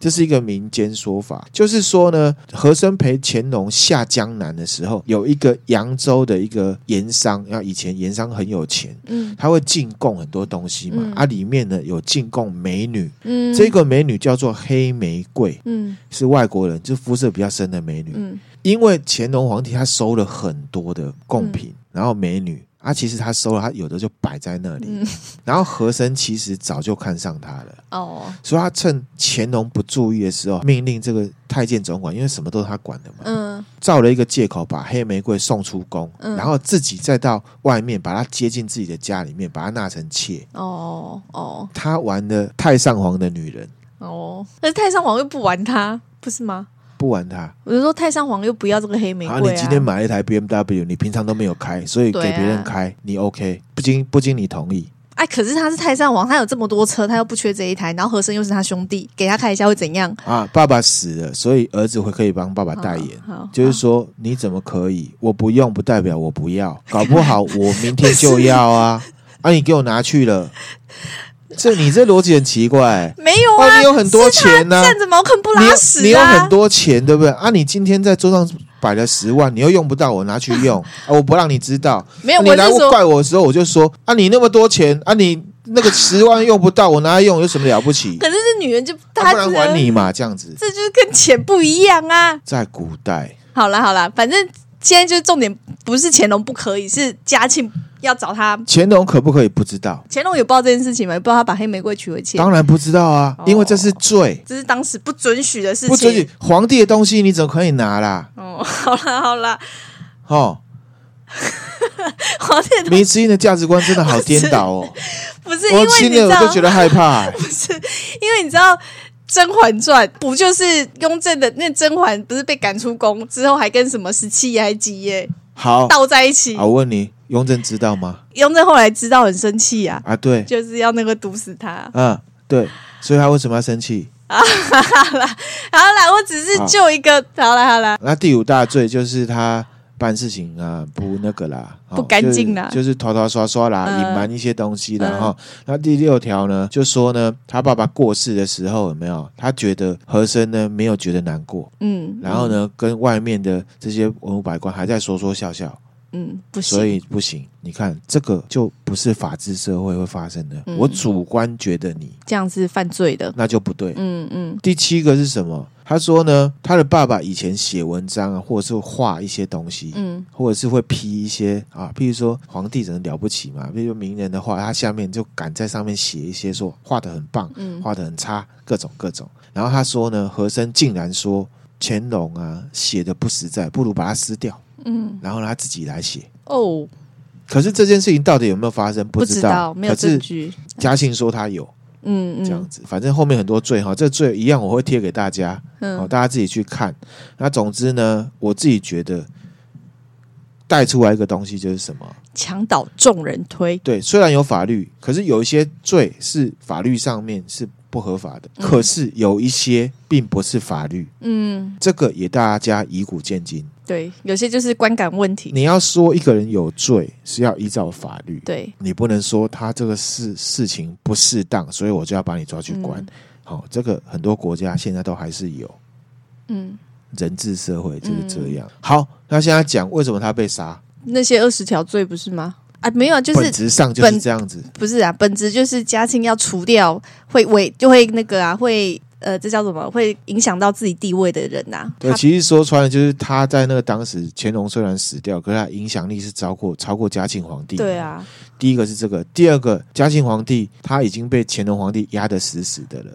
这是一个民间说法，就是说呢，和珅陪乾隆下江南的时候，有一个扬州的一个盐商，然后以前盐商很有钱，
嗯
他会进贡很多东西嘛，
嗯
啊，里面呢有进贡美女，
嗯，
这个美女叫做黑玫瑰，
嗯
是外国人，就肤色比较深的美女，
嗯
因为乾隆皇帝他收了很多的贡品，
嗯
然后美女。啊，其实他收了，他有的就摆在那里，
嗯，
然后和珅其实早就看上他了，
哦，
所以他趁乾隆不注意的时候，命令这个太监总管，因为什么都是他管的嘛，
嗯
造了一个借口把黑玫瑰送出宫，
嗯
然后自己再到外面把她接进自己的家里面，把她纳成妾。
哦哦
他玩了太上皇的女人，啊
哦，可是太上皇又不玩他，不是吗？
不玩他。
我就说太上皇又不要这个黑玫
好，
瑰
你
啊，
今天买了一台 BMW，你平常都没有开，所以给
对啊
别人开，你 OK，不经不经你同意。
哎，可是他是太上皇，他有这么多车，他又不缺这一台，然后和珅又是他兄弟，给他开一下会怎样？
啊，爸爸死了，所以儿子会可以帮爸爸代言。
好，好
就是说，你怎么可以？我不用不代表我不要，搞不 好我明天就要啊！啊，你给我拿去了，这你这逻辑很奇怪、
没有
哦，
啊
你，有很多钱呢、
站着茅坑不
你
拉
有
屎啊，
你有很多钱，对不对？啊，你今天在桌上摆了十万，你又用不到，我拿去用，啊、我不让你知道。
没有，
你
哎我
来
是说
怪我的时候，我就说啊，你那么多钱啊，你那个十万用不到，我拿来用有什么了不起？
可是这女人就
啊、
她
不然还
觉得
你嘛，这样子。
这就是跟钱不一样啊。
在古代，
好啦好啦，反正现在就是重点不是乾隆不可以，是嘉庆要找他。
乾隆可不可以不知道？
乾隆有报这件事情吗？也不知道他把黑玫瑰娶回去，
当然不知道啊，
哦
因为这是罪，
这是当时不准许的事情。
不准许皇帝的东西，你怎么可以拿啦？
哦，好啦好啦，
哦，
皇帝的
迷之音的价值观真 的好颠倒哦！
不是因
我
为
听
你知
了我
道
都，觉得害 怕、哎
因为你知道。《甄嬛传》不就是雍正的那甄嬛不是被赶出宫之后，还跟什么十七爷还几爷
好，
倒在一起？
好，我问你，雍正知道吗？
雍正后来知道很生气啊，
啊，对，
就是要那个毒死他。
嗯，对，所以他为什么要生气？
好啦，我只是就一个，好啦好啦，
那第五大罪就是他办事情啊不那个 啦，哦
不干净啦
就是就是偷偷刷刷啦，
嗯
隐瞒一些东西啦
嗯
哈。那第六条呢，就说呢，他爸爸过世的时候有没有？他觉得和珅呢没有觉得难过，
嗯，
然后呢，跟外面的这些文武百官还在说说笑笑，
嗯，不行，
所以不行。你看，这个就不是法治社会会发生的。
嗯
我主观觉得你
这样是犯罪的。
那就不对。
嗯嗯
第七个是什么？他说呢，他的爸爸以前写文章啊，或者是画一些东西，
嗯
或者是会批一些啊，譬如说皇帝怎么了不起嘛，譬如说名人的话，他下面就敢在上面写一些说画的很棒，
嗯，
画的很差，各种各种。然后他说呢，和珅竟然说乾隆啊写的不实在，不如把它撕掉，
嗯，
然后他自己来写。
哦，
可是这件事情到底有没有发生？
不
知
知道，没有
可
证
是
据，
嘉庆说他有
嗯
这样
嗯
子，反正后面很多罪哈，这罪一样我会贴给大家。哦，
嗯，
大家自己去看。那总之呢，我自己觉得带出来一个东西就是什么？
墙倒众人推，
对，虽然有法律，可是有一些罪是法律上面是不合法的，
嗯
可是有一些并不是法律，
嗯，
这个也大家以古鉴今。
对，有些就是观感问题，
你要说一个人有罪，是要依照法律，
对，
你不能说他这个事事情不适当，所以我就要把你抓去关
嗯。
好、这个很多国家现在都还是有。
嗯，
人治社会就是这样。好，那现在讲为什么他被杀，
那些二十条罪不是吗？啊，没有啊，就
本
是
质上就是
本
这样子。
不是啊，本质就是嘉庆要除掉会违，就会那个啊，会呃，这叫什么？会影响到自己地位的人呐、啊。
对，
他
其实说穿了就是他在那个当时，乾隆虽然死掉，可是他影响力是超过超过嘉庆皇帝。
对，啊，
第一个是这个，第二个嘉庆皇帝他已经被乾隆皇帝压得死死的了。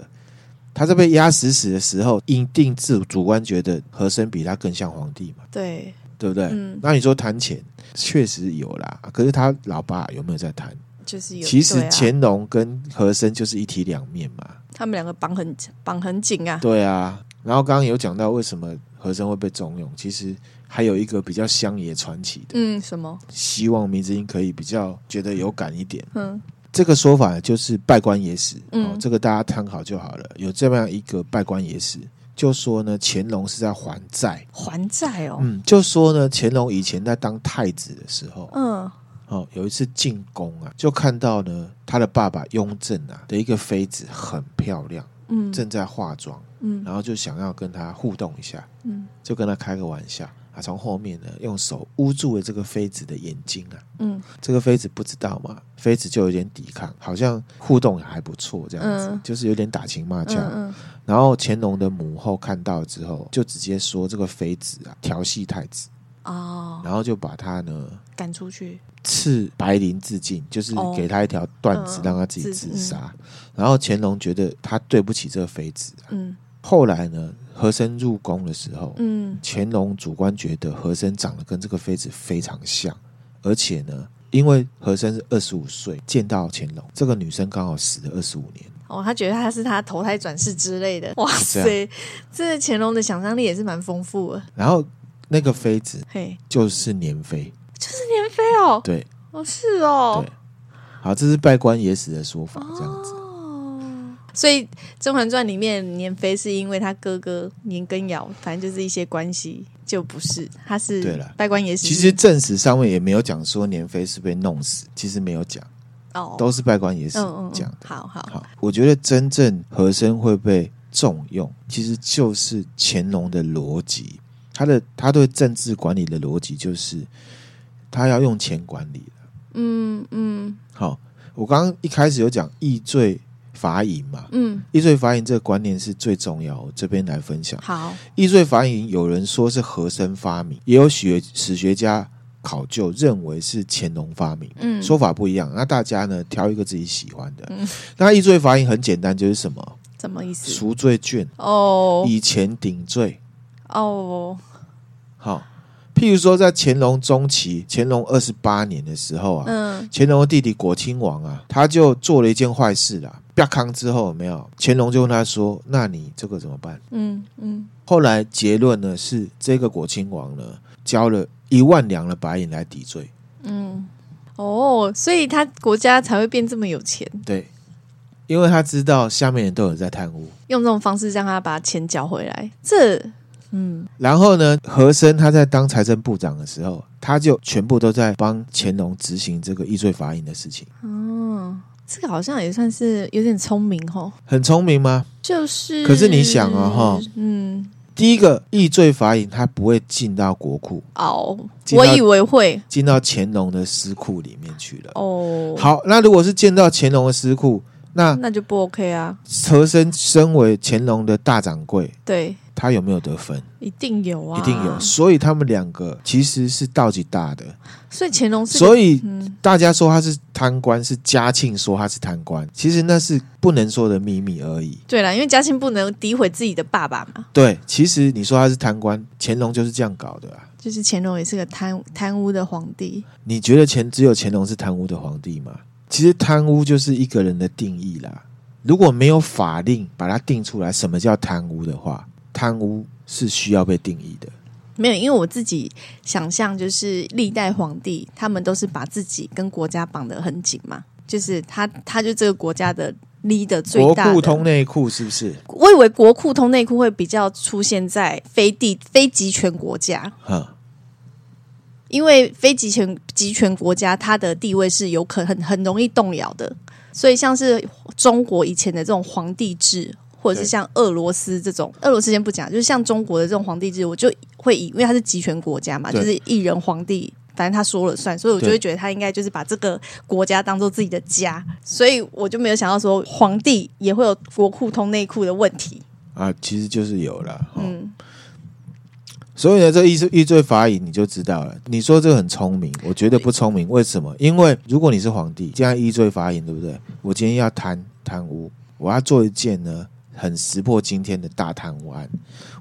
他在被压死死的时候，一定自主观觉得和珅比他更像皇帝嘛，
对，
对不对？
嗯
那你说谈钱，确实有啦，可是他老爸有没有在谈？
就是有。
其实
对啊
乾隆跟和珅就是一体两面嘛。
他们两个绑很绑很紧 啊。
对啊，然后刚刚有讲到为什么和珅会被重用，其实还有一个比较乡野传奇的，
嗯，什么？
希望迷之音可以比较觉得有感一点。
嗯
这个说法就是拜官野史，
嗯
哦，这个大家参考就好了。有这么样一个拜官野史，就说呢，乾隆是在还债。
还债哦。
嗯，就说呢，乾隆以前在当太子的时候，
嗯
哦，有一次进宫啊，就看到呢他的爸爸雍正啊的一个妃子很漂亮，
嗯
正在化妆，
嗯
然后就想要跟他互动一下，
嗯
就跟他开个玩笑啊，从后面呢用手捂住了这个妃子的眼睛啊。
嗯
这个妃子不知道嘛，妃子就有点抵抗，好像互动还不错这样子，
嗯
就是有点打情骂俏。
嗯
然后乾隆的母后看到之后，就直接说这个妃子啊调戏太子，
嗯哦，
然后就把她呢
赶出去。
赐白绫自尽，就是
哦
给她一条断子，
嗯
让她自己
自
自杀。然后乾隆觉得他对不起这个妃子、啊。
嗯
后来呢，和珅入宫的时候，
嗯
乾隆主观觉得和珅长得跟这个妃子非常像，而且呢，因为和珅是二十五岁见到乾隆，这个女生刚好死了二十五年，
哦，他觉得他是他投胎转世之类的。哇
这
塞，这乾隆的想象力也是蛮丰富的。
然后那个妃子
嘿，
就是年妃，
飞哦，
对
哦是哦
对。，好，这是拜官野史的说法，这样子。
哦，所以《甄嬛传》里面年妃是因为他哥哥年羹尧，反正就是一些关系，就不是，他是
对了
拜官也是。
其实正史上面也没有讲说年妃是被弄死，其实没有讲，
哦，
都是拜官野史
嗯嗯
讲
嗯，
的。
好好，
好，我觉得真正和珅会被重用，其实就是乾隆的逻辑，他的他对政治管理的逻辑就是他要用钱管理。
嗯嗯
好，我刚刚一开始有讲易罪罚银嘛，
嗯，
易罪罚银这个观念是最重要，我这边来分享。
好，
易罪罚银有人说是和珅发明，也有学史学家考究认为是乾隆发明。
嗯，
说法不一样，那大家呢挑一个自己喜欢的。
嗯
那易罪罚银很简单，就是什么？
什么意思？
赎罪券，
哦
以前顶罪。
哦，
好、譬如说在乾隆中期，乾隆二十八年的时候啊，
嗯
乾隆的弟弟果亲王啊，他就做了一件坏事啦。啪康之后有没有？乾隆就问他说：“那你这个怎么办
嗯嗯，？”
后来结论呢是，这个果亲王呢交了一万两的白银来抵罪。
哦，所以他国家才会变这么有钱，
对，因为他知道下面人都有在贪污。
用这种方式让他把钱缴回来，这嗯
然后呢，和珅他在当财政部长的时候，他就全部都在帮乾隆执行这个易罪罚银的事情，
哦，这个好像也算是有点聪明哦。
很聪明吗？
就是，
可是你想哦哈，
嗯，
第一个易罪罚银，它不会进到国库，
哦，
进到
我以为会
进到乾隆的私库里面去了。
哦，，
好，那如果是进到乾隆的私库，那
那就不 OK 啊，
和珅身为乾隆的大掌柜，
对，
他有没有得分？
一定有啊，
一定有，所以他们两个其实是道极大的，
所以乾隆是个，
所以
嗯，
大家说他是贪官，是嘉庆说他是贪官，其实那是不能说的秘密而已。
对了，因为嘉庆不能诋毁自己的爸爸嘛，
对，其实你说他是贪官，乾隆就是这样搞的啊。
就是乾隆也是个贪贪污的皇帝，
你觉得乾只有乾隆是贪污的皇帝吗？其实贪污就是一个人的定义啦。如果没有法令把它定出来，什么叫贪污的话，贪污是需要被定义的。
没有，因为我自己想象就是历代皇帝他们都是把自己跟国家绑得很紧嘛，就是他他就这个国家的 leader 最
国
大
库
的
通。内库是不是？
我以为国库通内库会比较出现在非地非集权国家，
哈，
因为非集权集权国家，它的地位是有可很很容易动摇的，所以像是中国以前的这种皇帝制，或者是
对
像俄罗斯这种，俄罗斯先不讲，就是像中国的这种皇帝制，我就会以因为它是集权国家嘛，
对
就是一人皇帝。反正他说了算，所以我就
对
会觉得他应该就是把这个国家当做自己的家，所以我就没有想到说皇帝也会有国库通内库的问题。
啊，其实就是有了。哈
嗯，
所以呢，这易罪易罪罚以你就知道了。你说这个很聪明，我觉得不聪明。为什么？因为如果你是皇帝，这样易罪罚以，对不对？我今天要贪贪污，我要做一件呢很识破今天的大贪污案。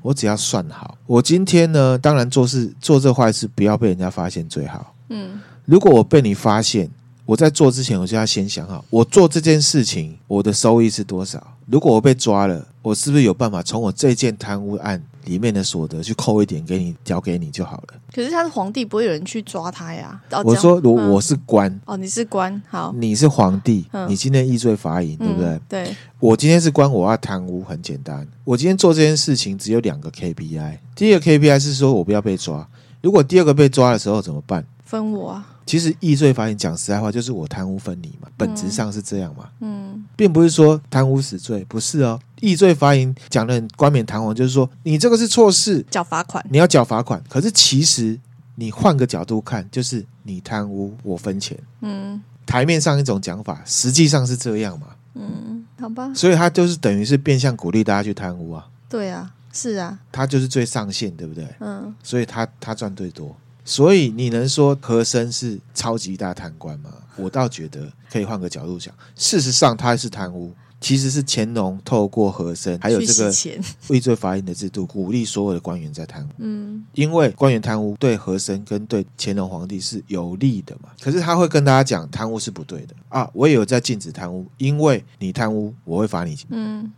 我只要算好，我今天呢，当然做事做这坏事不要被人家发现最好。嗯，如果我被你发现，我在做之前我就要先想好，我做这件事情我的收益是多少。如果我被抓了，我是不是有办法从我这件贪污案里面的所得去扣一点给你，交给你就好了？
可是他是皇帝，不会有人去抓他呀。哦
我
这样
说，如
嗯
我是官，
哦，你是官，好，
你是皇帝，
嗯
你今天易罪罚银，对不对
嗯？？对，
我今天是官，我要贪污，很简单。我今天做这件事情只有两个 KPI，第一个 KPI 是说我不要被抓，如果第二个被抓的时候怎么办？
分我啊，
其实易罪罚银讲实在话就是我贪污分离嘛，本质上是这样嘛。
嗯，
并不是说贪污死罪，不是哦。易罪罚银讲的很冠冕堂皇，就是说你这个是错事，
缴罚款，
你要缴罚款。可是其实你换个角度看，就是你贪污，我分钱。
嗯
台面上一种讲法，实际上是这样嘛，
嗯，好吧，
所以他就是等于是变相鼓励大家去贪污啊，
对啊，是啊，
他就是最上限，对不对？
嗯，
所以他他赚最多。所以你能说和珅是超级大贪官吗？我倒觉得可以换个角度想，事实上他是贪污，其实是乾隆透过和珅还有
去
这个
洗钱，
畏罪罚银的制度，鼓励所有的官员在贪污，
嗯，
因为官员贪污对和珅跟对乾隆皇帝是有利的嘛。可是他会跟大家讲，贪污是不对的啊，我也有在禁止贪污，因为你贪污，我会罚你钱。
嗯，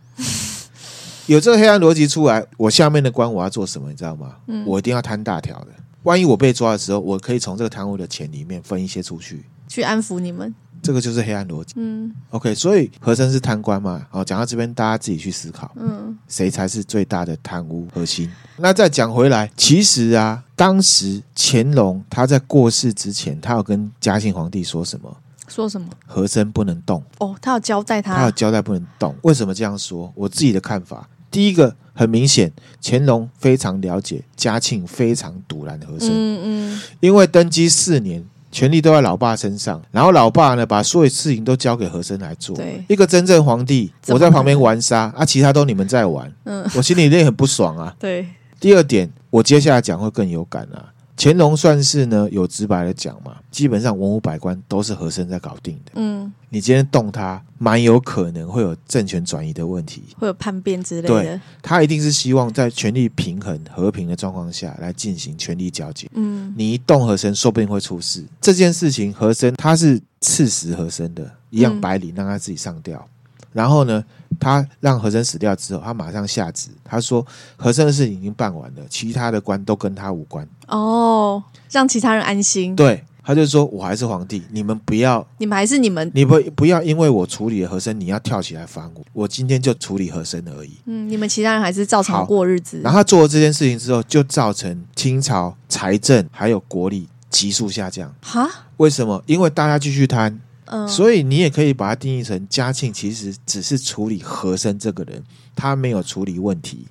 有这个黑暗逻辑出来，我下面的官我要做什么，你知道吗？我一定要贪大条的。万一我被抓的时候，我可以从这个贪污的钱里面分一些出去，
去安抚你们，
这个就是黑暗逻辑。
嗯
OK，所以和珅是贪官嘛？好、讲到这边，大家自己去思考。
嗯，
谁才是最大的贪污核心。那再讲回来，其实啊，当时乾隆他在过世之前，他有跟嘉庆皇帝说什么？
说什么？
和珅不能动，
哦，他有交代
他有
他，
交代不能动。为什么这样说？我自己的看法，第一个很明显，乾隆非常了解嘉庆非常独揽和珅，
嗯嗯，
因为登基四年。权力都在老爸身上，然后老爸呢，把所有事情都交给和珅来做
对。
一个真正皇帝，
怎
我
么
在旁边玩沙啊，其他都你们在玩，
嗯
我心里一定很不爽啊。
对，
第二点，我接下来讲会更有感啊。乾隆算是呢有直白的讲嘛，基本上文武百官都是和珅在搞定的。
嗯，
你今天动他，蛮有可能会有政权转移的问题。
会有叛变之类的
对，他一定是希望在权力平衡、和平的状况下来进行权力交接。
嗯，
你一动和珅，说不定会出事。这件事情，和珅他是刺死和珅的，一样
嗯
白绫让他自己上吊。然后呢，他让和珅死掉之后，他马上下旨，他说和珅的事情已经办完了，其他的官都跟他无关。
哦，让其他人安心，
对，他就说我还是皇帝，你们不要，
你们还是你们，
你不不要因为我处理了和珅，你要跳起来反我。我今天就处理和珅而已。
嗯，你们其他人还是照常
好
过日子
然，后他做了这件事情之后，就造成清朝财政还有国力急速下降。
哈，
为什么？因为大家继续贪，
嗯，
所以你也可以把它定义成嘉庆其实只是处理和珅这个人，他没有处理问题。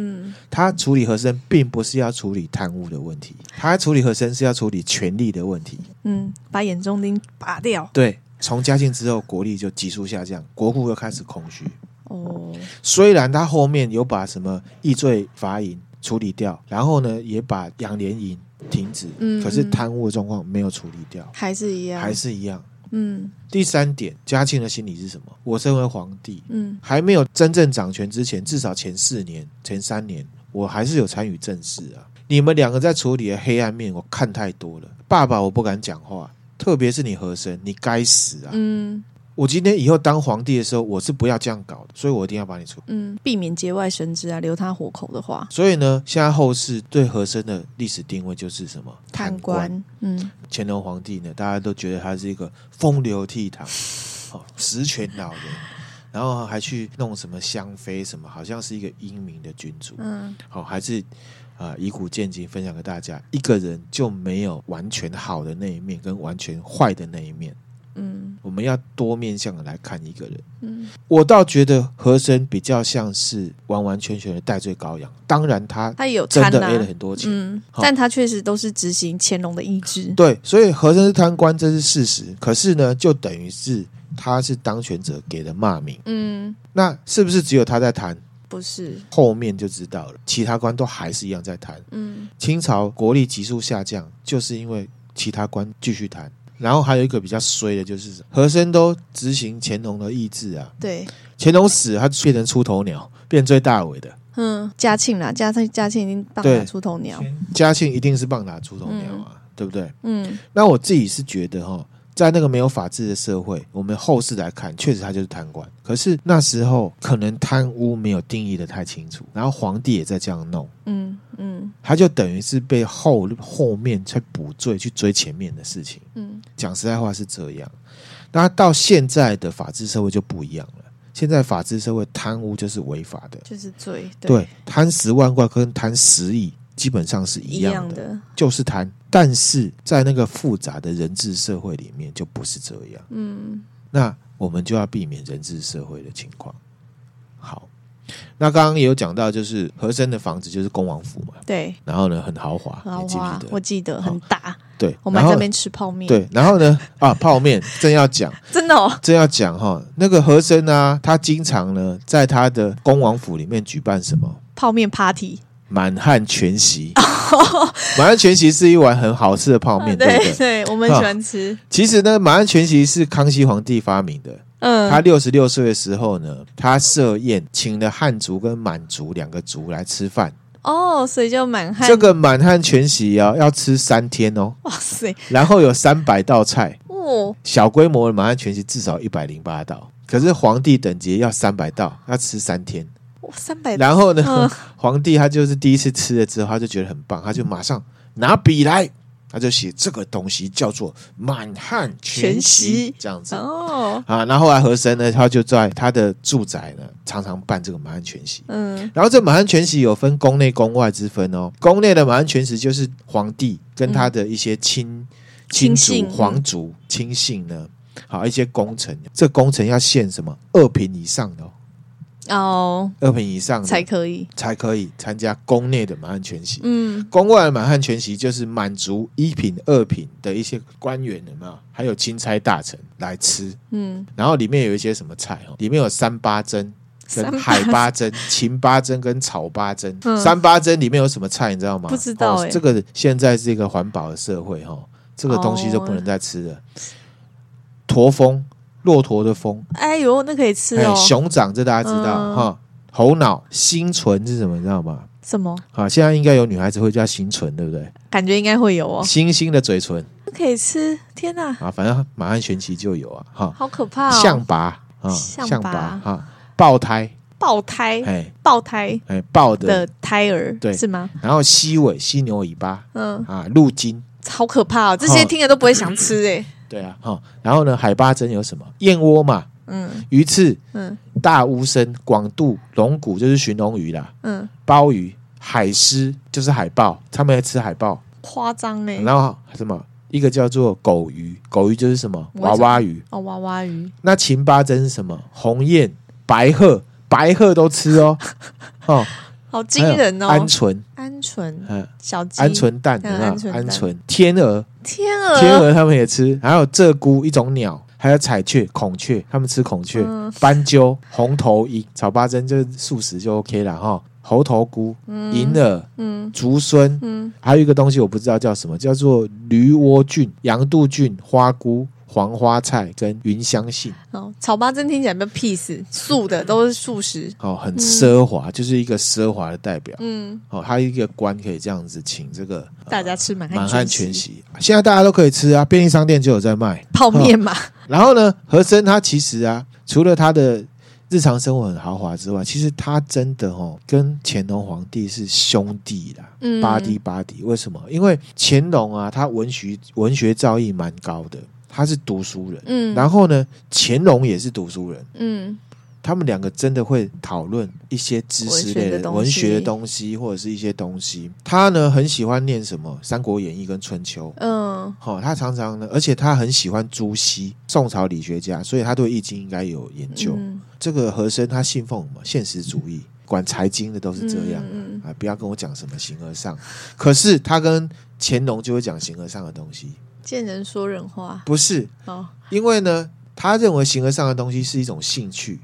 嗯，
他处理和珅，并不是要处理贪污的问题，他处理和珅是要处理权力的问题。
嗯，把眼中钉拔掉，
对，从嘉庆之后，国力就急速下降，国库又开始空虚。
哦，
虽然他后面有把什么易罪罚银处理掉，然后呢也把养廉银停止，
嗯
可是
嗯
贪污的状况没有处理掉，
还是一样，
还是一样。
嗯
第三点，嘉庆的心理是什么？我身为皇帝，
嗯
还没有真正掌权之前，至少前四年、前三年，我还是有参与政事啊。你们两个在处理的黑暗面，我看太多了。爸爸，我不敢讲话，特别是你和珅，你该死啊！
嗯
我今天以后当皇帝的时候，我是不要这样搞的，所以我一定要把你处理。
嗯，避免节外生枝啊，留他活口的话，
所以呢，现在后世对和珅的历史定位就是什么？
贪。官，嗯
乾隆皇帝呢，大家都觉得他是一个风流倜傥、 哦，实权老人，然后还去弄什么香妃什么，好像是一个英明的君主。
嗯
好、还是啊、以古见今，分享给大家。一个人就没有完全好的那一面，跟完全坏的那一面。
嗯
我们要多面向的来看一个人。
嗯
我倒觉得和珅比较像是完完全全的戴罪羔羊，当然他
他也有
真
贪
的
呐、
A 了很多钱。
嗯，
好
但他确实都是执行乾隆的意志，
对，所以和珅是贪官，这是事实。可是呢，就等于是他是当权者给的骂名。
嗯，
那是不是只有他在贪？
不是，
后面就知道了，其他官都还是一样在贪。
嗯
清朝国力急速下降，就是因为其他官继续贪。然后还有一个比较衰的，就是和珅都执行乾隆的意志啊，
对，
乾隆死了，他变成出头鸟，变最大尾的。
嗯，嘉庆啦，嘉庆嘉庆已经棒打
对
出头鸟，
嘉庆一定是棒打出头鸟啊，对不对？
嗯
那我自己是觉得哈，在那个没有法治的社会，我们后世来看，确实他就是贪官。可是那时候可能贪污没有定义的太清楚，然后皇帝也在这样弄，
嗯嗯
他就等于是被后后面去补罪，去追前面的事情。
嗯
讲实在话是这样。那到现在的法治社会就不一样了，现在法治社会贪污就是违法的，
就是罪，
对，贪十万块跟贪十亿基本上是一
一
样
样
的。
的，
就是贪，但是在那个复杂的人治社会里面就不是这样。
嗯
那我们就要避免人治社会的情况。好，那刚刚也有讲到，就是和珅的房子就是恭王府嘛，
对，
然后呢很豪华，
豪
你记不
华
记，得？
我记得很大，
对，
我们
然
还
后
在那边吃泡面，，
对，然后呢啊泡面正要讲，
真的哦，
正要讲哈，那个和珅啊，他经常呢在他的恭王府里面举办什么？
泡面 party，
满汉全 席，满汉全席是一碗很好吃的泡面，对不对
啊对？对，我们很喜欢吃，
其实呢，满汉全席是康熙皇帝发明的。
嗯，
他六十六岁的时候呢，他设宴请了汉族跟满族两个族来吃饭。
哦，所以就满汉，
这个满汉全席啊，要吃三天哦，
哇塞，
然后有三百道菜，
哦，
小规模的满汉全席至少一百零八道。可是皇帝等级要三百道，要吃三天。
哇，三百，
然后呢，
嗯
皇帝他就是第一次吃了之后，他就觉得很棒，他就马上拿笔来，他就写这个东西叫做满汉全
全
席
席，
这样子。
哦，
啊，那后来和珅呢，他就在他的住宅呢，常常办这个满汉全席。
嗯
然后这满汉全席有分宫内宫外之分哦。宫内的满汉全席就是皇帝跟他的一些亲、亲
亲
族、
信嗯
皇族、亲信呢，好一些功臣，这功臣要限什么二品以上的、哦，
哦，
二品以上的
才可以，
才可以参加宫内的满汉全席。
嗯
宫外的满汉全席就是满族一品、二品的一些官员有没有？还有钦差大臣来吃。
嗯，
然后里面有一些什么菜哦，里面有三八蒸、
三
跟
八
海八 蒸、芹八蒸跟草八蒸。
嗯
三八蒸里面有什么菜，你知道吗？
不知道
哦
欸
这个现在是一个环保的社会哈、哦，这个东西就不能再吃
哦
了。驼峰，骆驼的峰，
哎呦，那可以吃
还有
哦，
熊掌，这大家知道哈、
嗯
猴脑、心唇是什么？你知道吗？
什么？
啊，现在应该有女孩子会叫心唇，对不对？
感觉应该会有哦，
星星的嘴唇
那可以吃，天哪，
啊，反正满汉全席就有啊，哈、
好可怕哦！
象拔啊，
象拔
象拔哈，爆胎，
爆胎，
哎
爆胎
哎，爆的，
的胎儿，
对
是吗？
然后吸尾、犀牛尾巴
嗯，
啊，鹿筋，
好可怕哦！这些听了都不会想吃哎。
对啊，哈、然后呢，海八珍有什么？燕窝嘛，
嗯
鱼翅、
嗯
大乌参、广肚、龙骨就是鲟龙鱼啦，
嗯，
鲍鱼、海狮就是海豹，他们在吃海豹，
夸张哎。
然后什么？一个叫做狗鱼，狗鱼就是什么
我知
娃
道
娃鱼。
哦，娃娃鱼，
那秦八珍是什么？鸿雁、白鹤，白鹤都吃 哦，哦，
好惊人
还有
哦
哎鹌！鹑，
鹌鹑，
嗯，
小鸡，
鹌，鹑蛋，有
嗯
没有
鹌鹑蛋
鹌鹑、天鹅，
天
天
鹅，
鹅他们也吃，还有鹧鸪一种鸟，还有彩雀、孔雀，他们吃孔雀、
嗯
斑鸠、红头鹰、草八珍，就是素食就 OK 了哈。猴头菇、银耳、
嗯
竹荪，
嗯，
还有一个东西我不知道叫什么，叫做驴窝菌、羊肚菌、花菇、黄花菜跟芸香杏，
哦，草八珍听起来比较 peace，素的都是素食。
哦，很奢华，就是一个奢华的代表。
嗯，
哦，还有一个官可以这样子请这个呃
大家吃满汉
满汉全
全
席，现在大家都可以吃啊，便利商店就有在卖。
泡面 嘛，
然后呢，和珅他其实啊，除了他的日常生活很豪华之外，其实他真的哦，跟乾隆皇帝是兄弟啦。
嗯，
巴迪巴迪，为什么？因为乾隆啊，他文学文学造诣蛮高的，他是读书人。
嗯，
然后呢，乾隆也是读书人，
嗯
他们两个真的会讨论一些知识类的文
文
学
学
的
的
东西，或者是一些东西。他呢很喜欢念什么《三国演义》跟《春秋》。
嗯
好、他常常呢，而且他很喜欢朱熹，宋朝理学家，所以他对易经应该有研究。
嗯
这个和珅他信奉什么现实主义，管财经的都是这样、啊
嗯嗯
不要跟我讲什么形而上。可是他跟乾隆就会讲形而上的东西，
见人说人话
不是
哦。
因为呢，他认为形而上的东西是一种兴趣，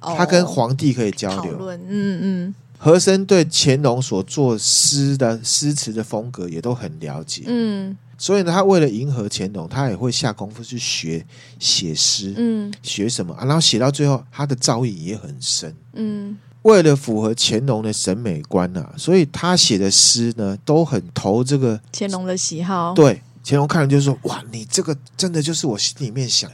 哦
他跟皇帝可以交
讨
流。
论，嗯嗯
和珅对乾隆所作诗的诗词的风格也都很了解，
嗯
所以呢，他为了迎合乾隆，他也会下功夫去学写诗，
嗯
学什么啊？然后写到最后，他的造诣也很深。
嗯
为了符合乾隆的审美观啊，所以他写的诗呢都很投这个
乾隆的喜好，
对乾隆看了就说：“哇，你这个真的就是我心里面 想。”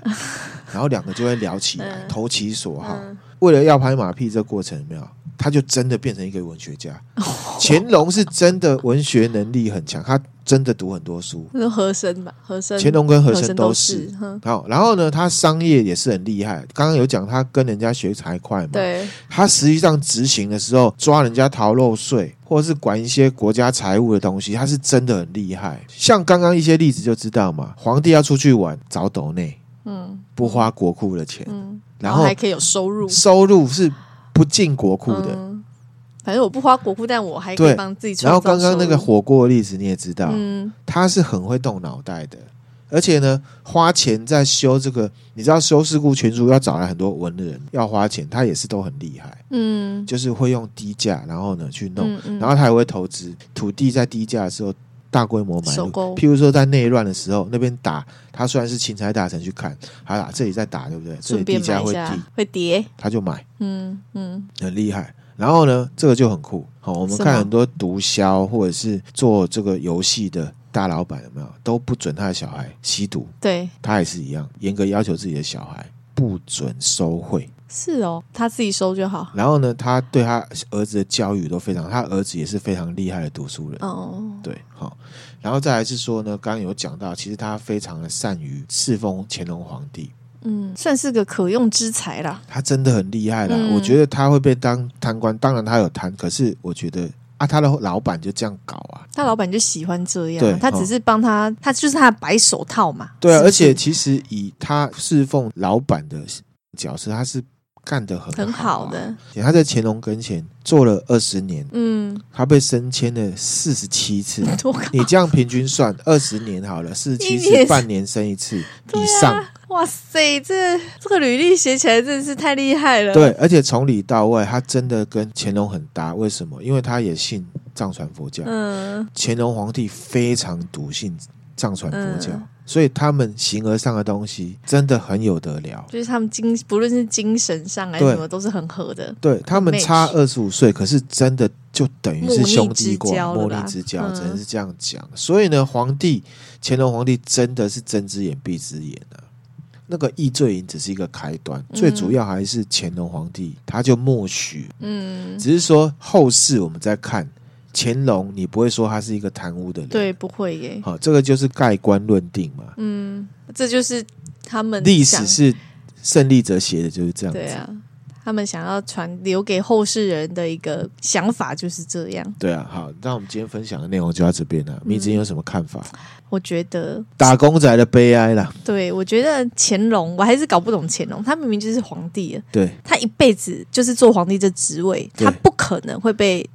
然后两个就会聊起来，
嗯
投其所好。
嗯，
为了要拍马屁这过程有没有，他就真的变成一个文学家。
哦
乾隆是真的文学能力很强，他真的读很多书。
那就和珅吧，和珅，
乾隆跟和
和
珅
珅
都
是嗯
是。，嗯
哼，
好，然后呢，他商业也是很厉害。刚刚有讲他跟人家学财会嘛，
对，
他实际上执行的时候抓人家逃漏税，或者是管一些国家财务的东西，他是真的很厉害。像刚刚一些例子就知道嘛，皇帝要出去玩找斗内，
嗯
不花国库的钱，
嗯，
然后
还可以有收入，
收入是不进国库的。
嗯反正我不花国库，但我还可
对
以帮自己创
然
造
后刚刚那个
收入，
火锅的例子你也知道，
嗯
他是很会动脑袋的，而且呢，花钱在修这个，你知道修事故群书要找来很多文人要花钱，他也是都很厉害，
嗯
就是会用低价，然后呢去弄，
嗯嗯，
然后他还会投资土地，在低价的时候大规模买
首
入，
购
譬如说在内乱的时候，那边打他虽然是钦差大臣去看，好啦，这里在打对不对？这里地
顺便
价
买一
会
下
低，
会跌，
他就买，
嗯嗯
很厉害。然后呢，这个就很酷。好、我们
什
看
么
很多毒枭或者是做这个游戏的大老板，有没有都不准他的小孩吸毒，
对，
他也是一样，严格要求自己的小孩不准收贿。
是哦，他自己收就好，
然后呢，他对他儿子的教育都非常，他儿子也是非常厉害的读书人。
哦，
对，好、然后再来是说呢，刚刚有讲到，其实他非常的善于侍奉乾隆皇帝，
嗯，算是个可用之才啦，
他真的很厉害啦。
嗯
我觉得他会被当贪官，当然他有贪，可是我觉得啊，他的老板就这样搞啊，
他老板就喜欢这
对哦
样，他只是帮他，他就是他的白手套嘛。
对啊，
是不
而
是
且其实以他侍奉老板的角色，他是干得很
很
好,、啊
好。的，
他在乾隆跟前做了二十年，
嗯，
他被升迁了四十七 次。
多高
你这样平均算二十年好了，四十七
一
次
年
半年升一次
对
以上。
啊！哇塞，这这个履历写起来真的是太厉害了。，
对，而且从里到外，他真的跟乾隆很搭。为什么？因为他也信藏传佛教，
嗯
乾隆皇帝非常笃信藏传佛教，
嗯
所以他们形而上的东西真的很有得聊。
就是他们精，不论是精神上还是
对
什么，都是很合的。
对他们差二十五岁，可是真的就等于是兄弟过莫
莫
逆
逆
之
之
交
交，了吧
只
嗯
能是这样讲。所以呢，皇帝乾隆皇帝真的是睁只眼闭只眼啊。那个易罪营只是一个开端，
嗯
最主要还是乾隆皇帝他就默许，
嗯，
只是说后世我们再看乾隆，你不会说他是一个贪污的人，
对，不会耶。
好、这个就是盖棺论定嘛。
嗯，这就是他们
历
想
史是胜利者写的，就是这样
对
子。
啊，他们想要传留给后世人的一个想法就是这样。
对啊，好，那我们今天分享的内容就到这边
嗯
了。米子你有什么看法？
我觉得
打工仔的悲哀啦，
对，我觉得乾隆，我还是搞不懂乾隆，他明明就是皇帝了，
对
他一辈子就是做皇帝这职位，
对
他不可能会被，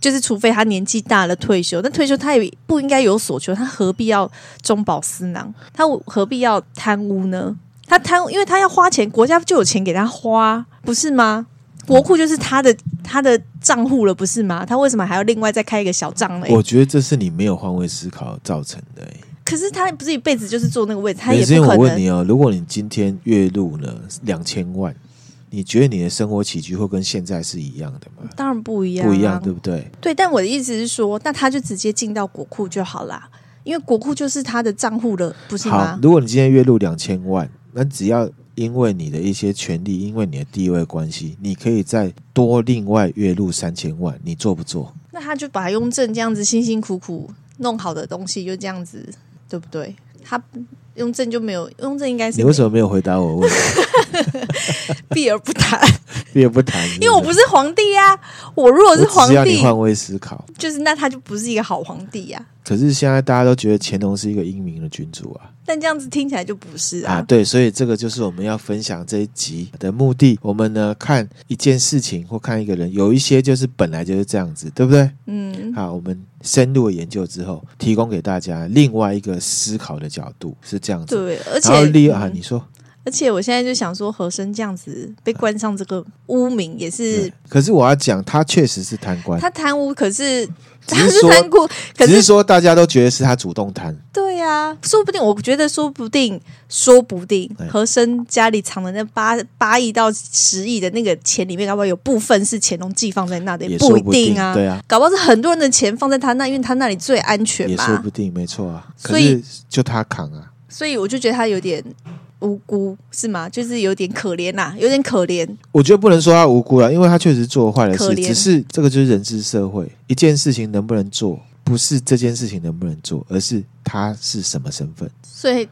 就是除非他年纪大了退休，但退休他也不应该有所求，他何必要中饱私囊？他何必要贪污呢？他贪，因为他要花钱，国家就有钱给他花，不是吗？国库就是他的他的账户了，不是吗？他为什么还要另外再开一个小账呢？
我觉得这是你没有换位思考造成的、欸。
可是他不是一辈子就是坐那个位置，他
也
也
是因
不
为
可
我问
能。
你哦，如果你今天月入呢两千万，你觉得你的生活起居会跟现在是一样的吗？
当然不一样、啊
不一样，对不对？
对，但我的意思是说，那他就直接进到国库就好啦，因为国库就是他的账户了，不是
好
吗，？
如果你今天月入两千万，那只要因为你的一些权利，因为你的地位关系，你可以再多另外月入三千万，你做不做？
那他就把雍正这样子辛辛苦苦弄好的东西，就这样子，对不对？他雍正就没有，雍正应 该是
你为什么没有回答我 问题？
避而不谈？
避而不谈是是，
因为我不是皇帝呀、我如果是
我
皇
只要你
帝，
换位思考。
就是那他就不是一个好皇帝啊呀、
可是现在大家都觉得乾隆是一个英明的君主啊。
但这样子听起来就不是
啊，对，所以这个就是我们要分享这一集的目的。我们呢看一件事情或看一个人，有一些就是本来就是这样子，对不对？
嗯，
好，我们深入的研究之后，提供给大家另外一个思考的角度是这样子。
对，而且
然后利啊，
嗯
你说，
而且我现在就想说，和珅这样子被冠上这个污名，也是
对可是我要讲，他确实是贪官，
他贪污，可是
只
他
是
是
说
贪污，
只
可
是
是
说大家都觉得是他主动贪，
对呀、说不定我觉得，说不定，说不定
对
和珅家里藏的那八八亿到十亿的那个钱里面，搞不好有部分是乾隆寄放在那的，
也
不
说
一
不定，
啊。
对啊，
搞不好是很多人的钱放在他那，因为他那里最安全
也说
嘛
不。定，没错啊。可
所以
是就他扛啊，
所以我就觉得他有点无辜，是吗？就是有点可怜呐、啊有点可怜。
我觉得不能说他无辜了，因为他确实做坏了
可
事，
怜
只是这个就是人治社会，一件事情能不能做，不是这件事情能不能做，而是他是什么身份。
所以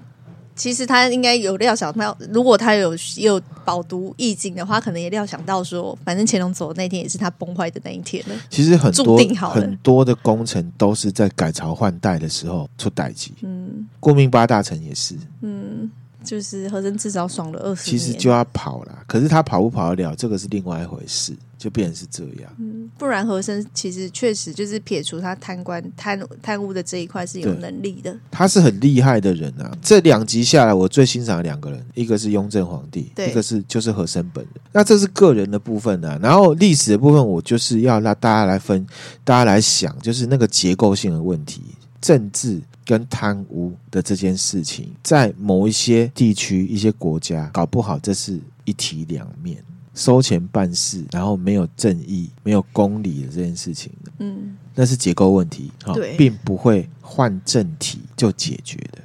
其实他应该有料想到，如果他有也有饱读易经的话，可能也料想到说，反正乾隆走的那天也是他崩坏的那一天了。
其实很多
注定好了
很多的工程都是在改朝换代的时候出代机，
嗯
顾命八大臣也是，
嗯，就是和珅至少爽了二十
其
年，
实就要跑啦。可是他跑不跑得了，这个是另外一回事，就变成是这样。
不然和珅其实确实就是撇除他贪官贪贪污的这一块是有
对
能力的。
他是很厉害的人啊！这两集下来，我最欣赏的两个人，一个是雍正皇帝，
对
一个是就是和珅本人。那这是个人的部分啊，然后历史的部分，我就是要让大家来分，大家来想，就是那个结构性的问题，政治。跟贪污的这件事情，在某一些地区、一些国家，搞不好这是一体两面，收钱办事，然后没有正义、没有公理的这件事情，
嗯，
那是结构问题，哈、
对
并不会换正题就解决的。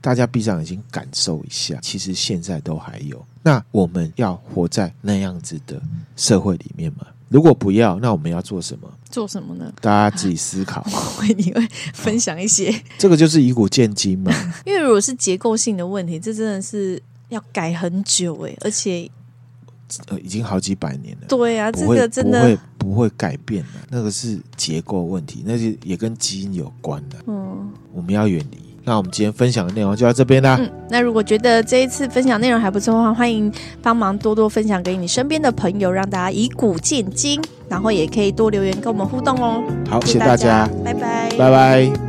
大家闭上眼睛感受一下，其实现在都还有。那我们要活在那样子的社会里面吗？如果不要，那我们要做什么？
做什么 呢？
大家自己思 考。
会你会分享一些，
这个就是以古见今嘛。
因为如果是结构性的问题，这真的是要改很久诶、而且
呃，已经好几百年 了，
对啊，这
不会、
个真
不
的
会不会改变的。那个是结构问题，那就也跟基因有关的。
嗯。
我们要远离。那我们今天分享的内容就到这边啦。
嗯，那如果觉得这一次分享内容还不错的话，欢迎帮忙多多分享给你身边的朋友，让大家以古见今，然后也可以多留言跟我们互动哦。
好，谢谢
谢谢
大家，
拜拜，
拜拜。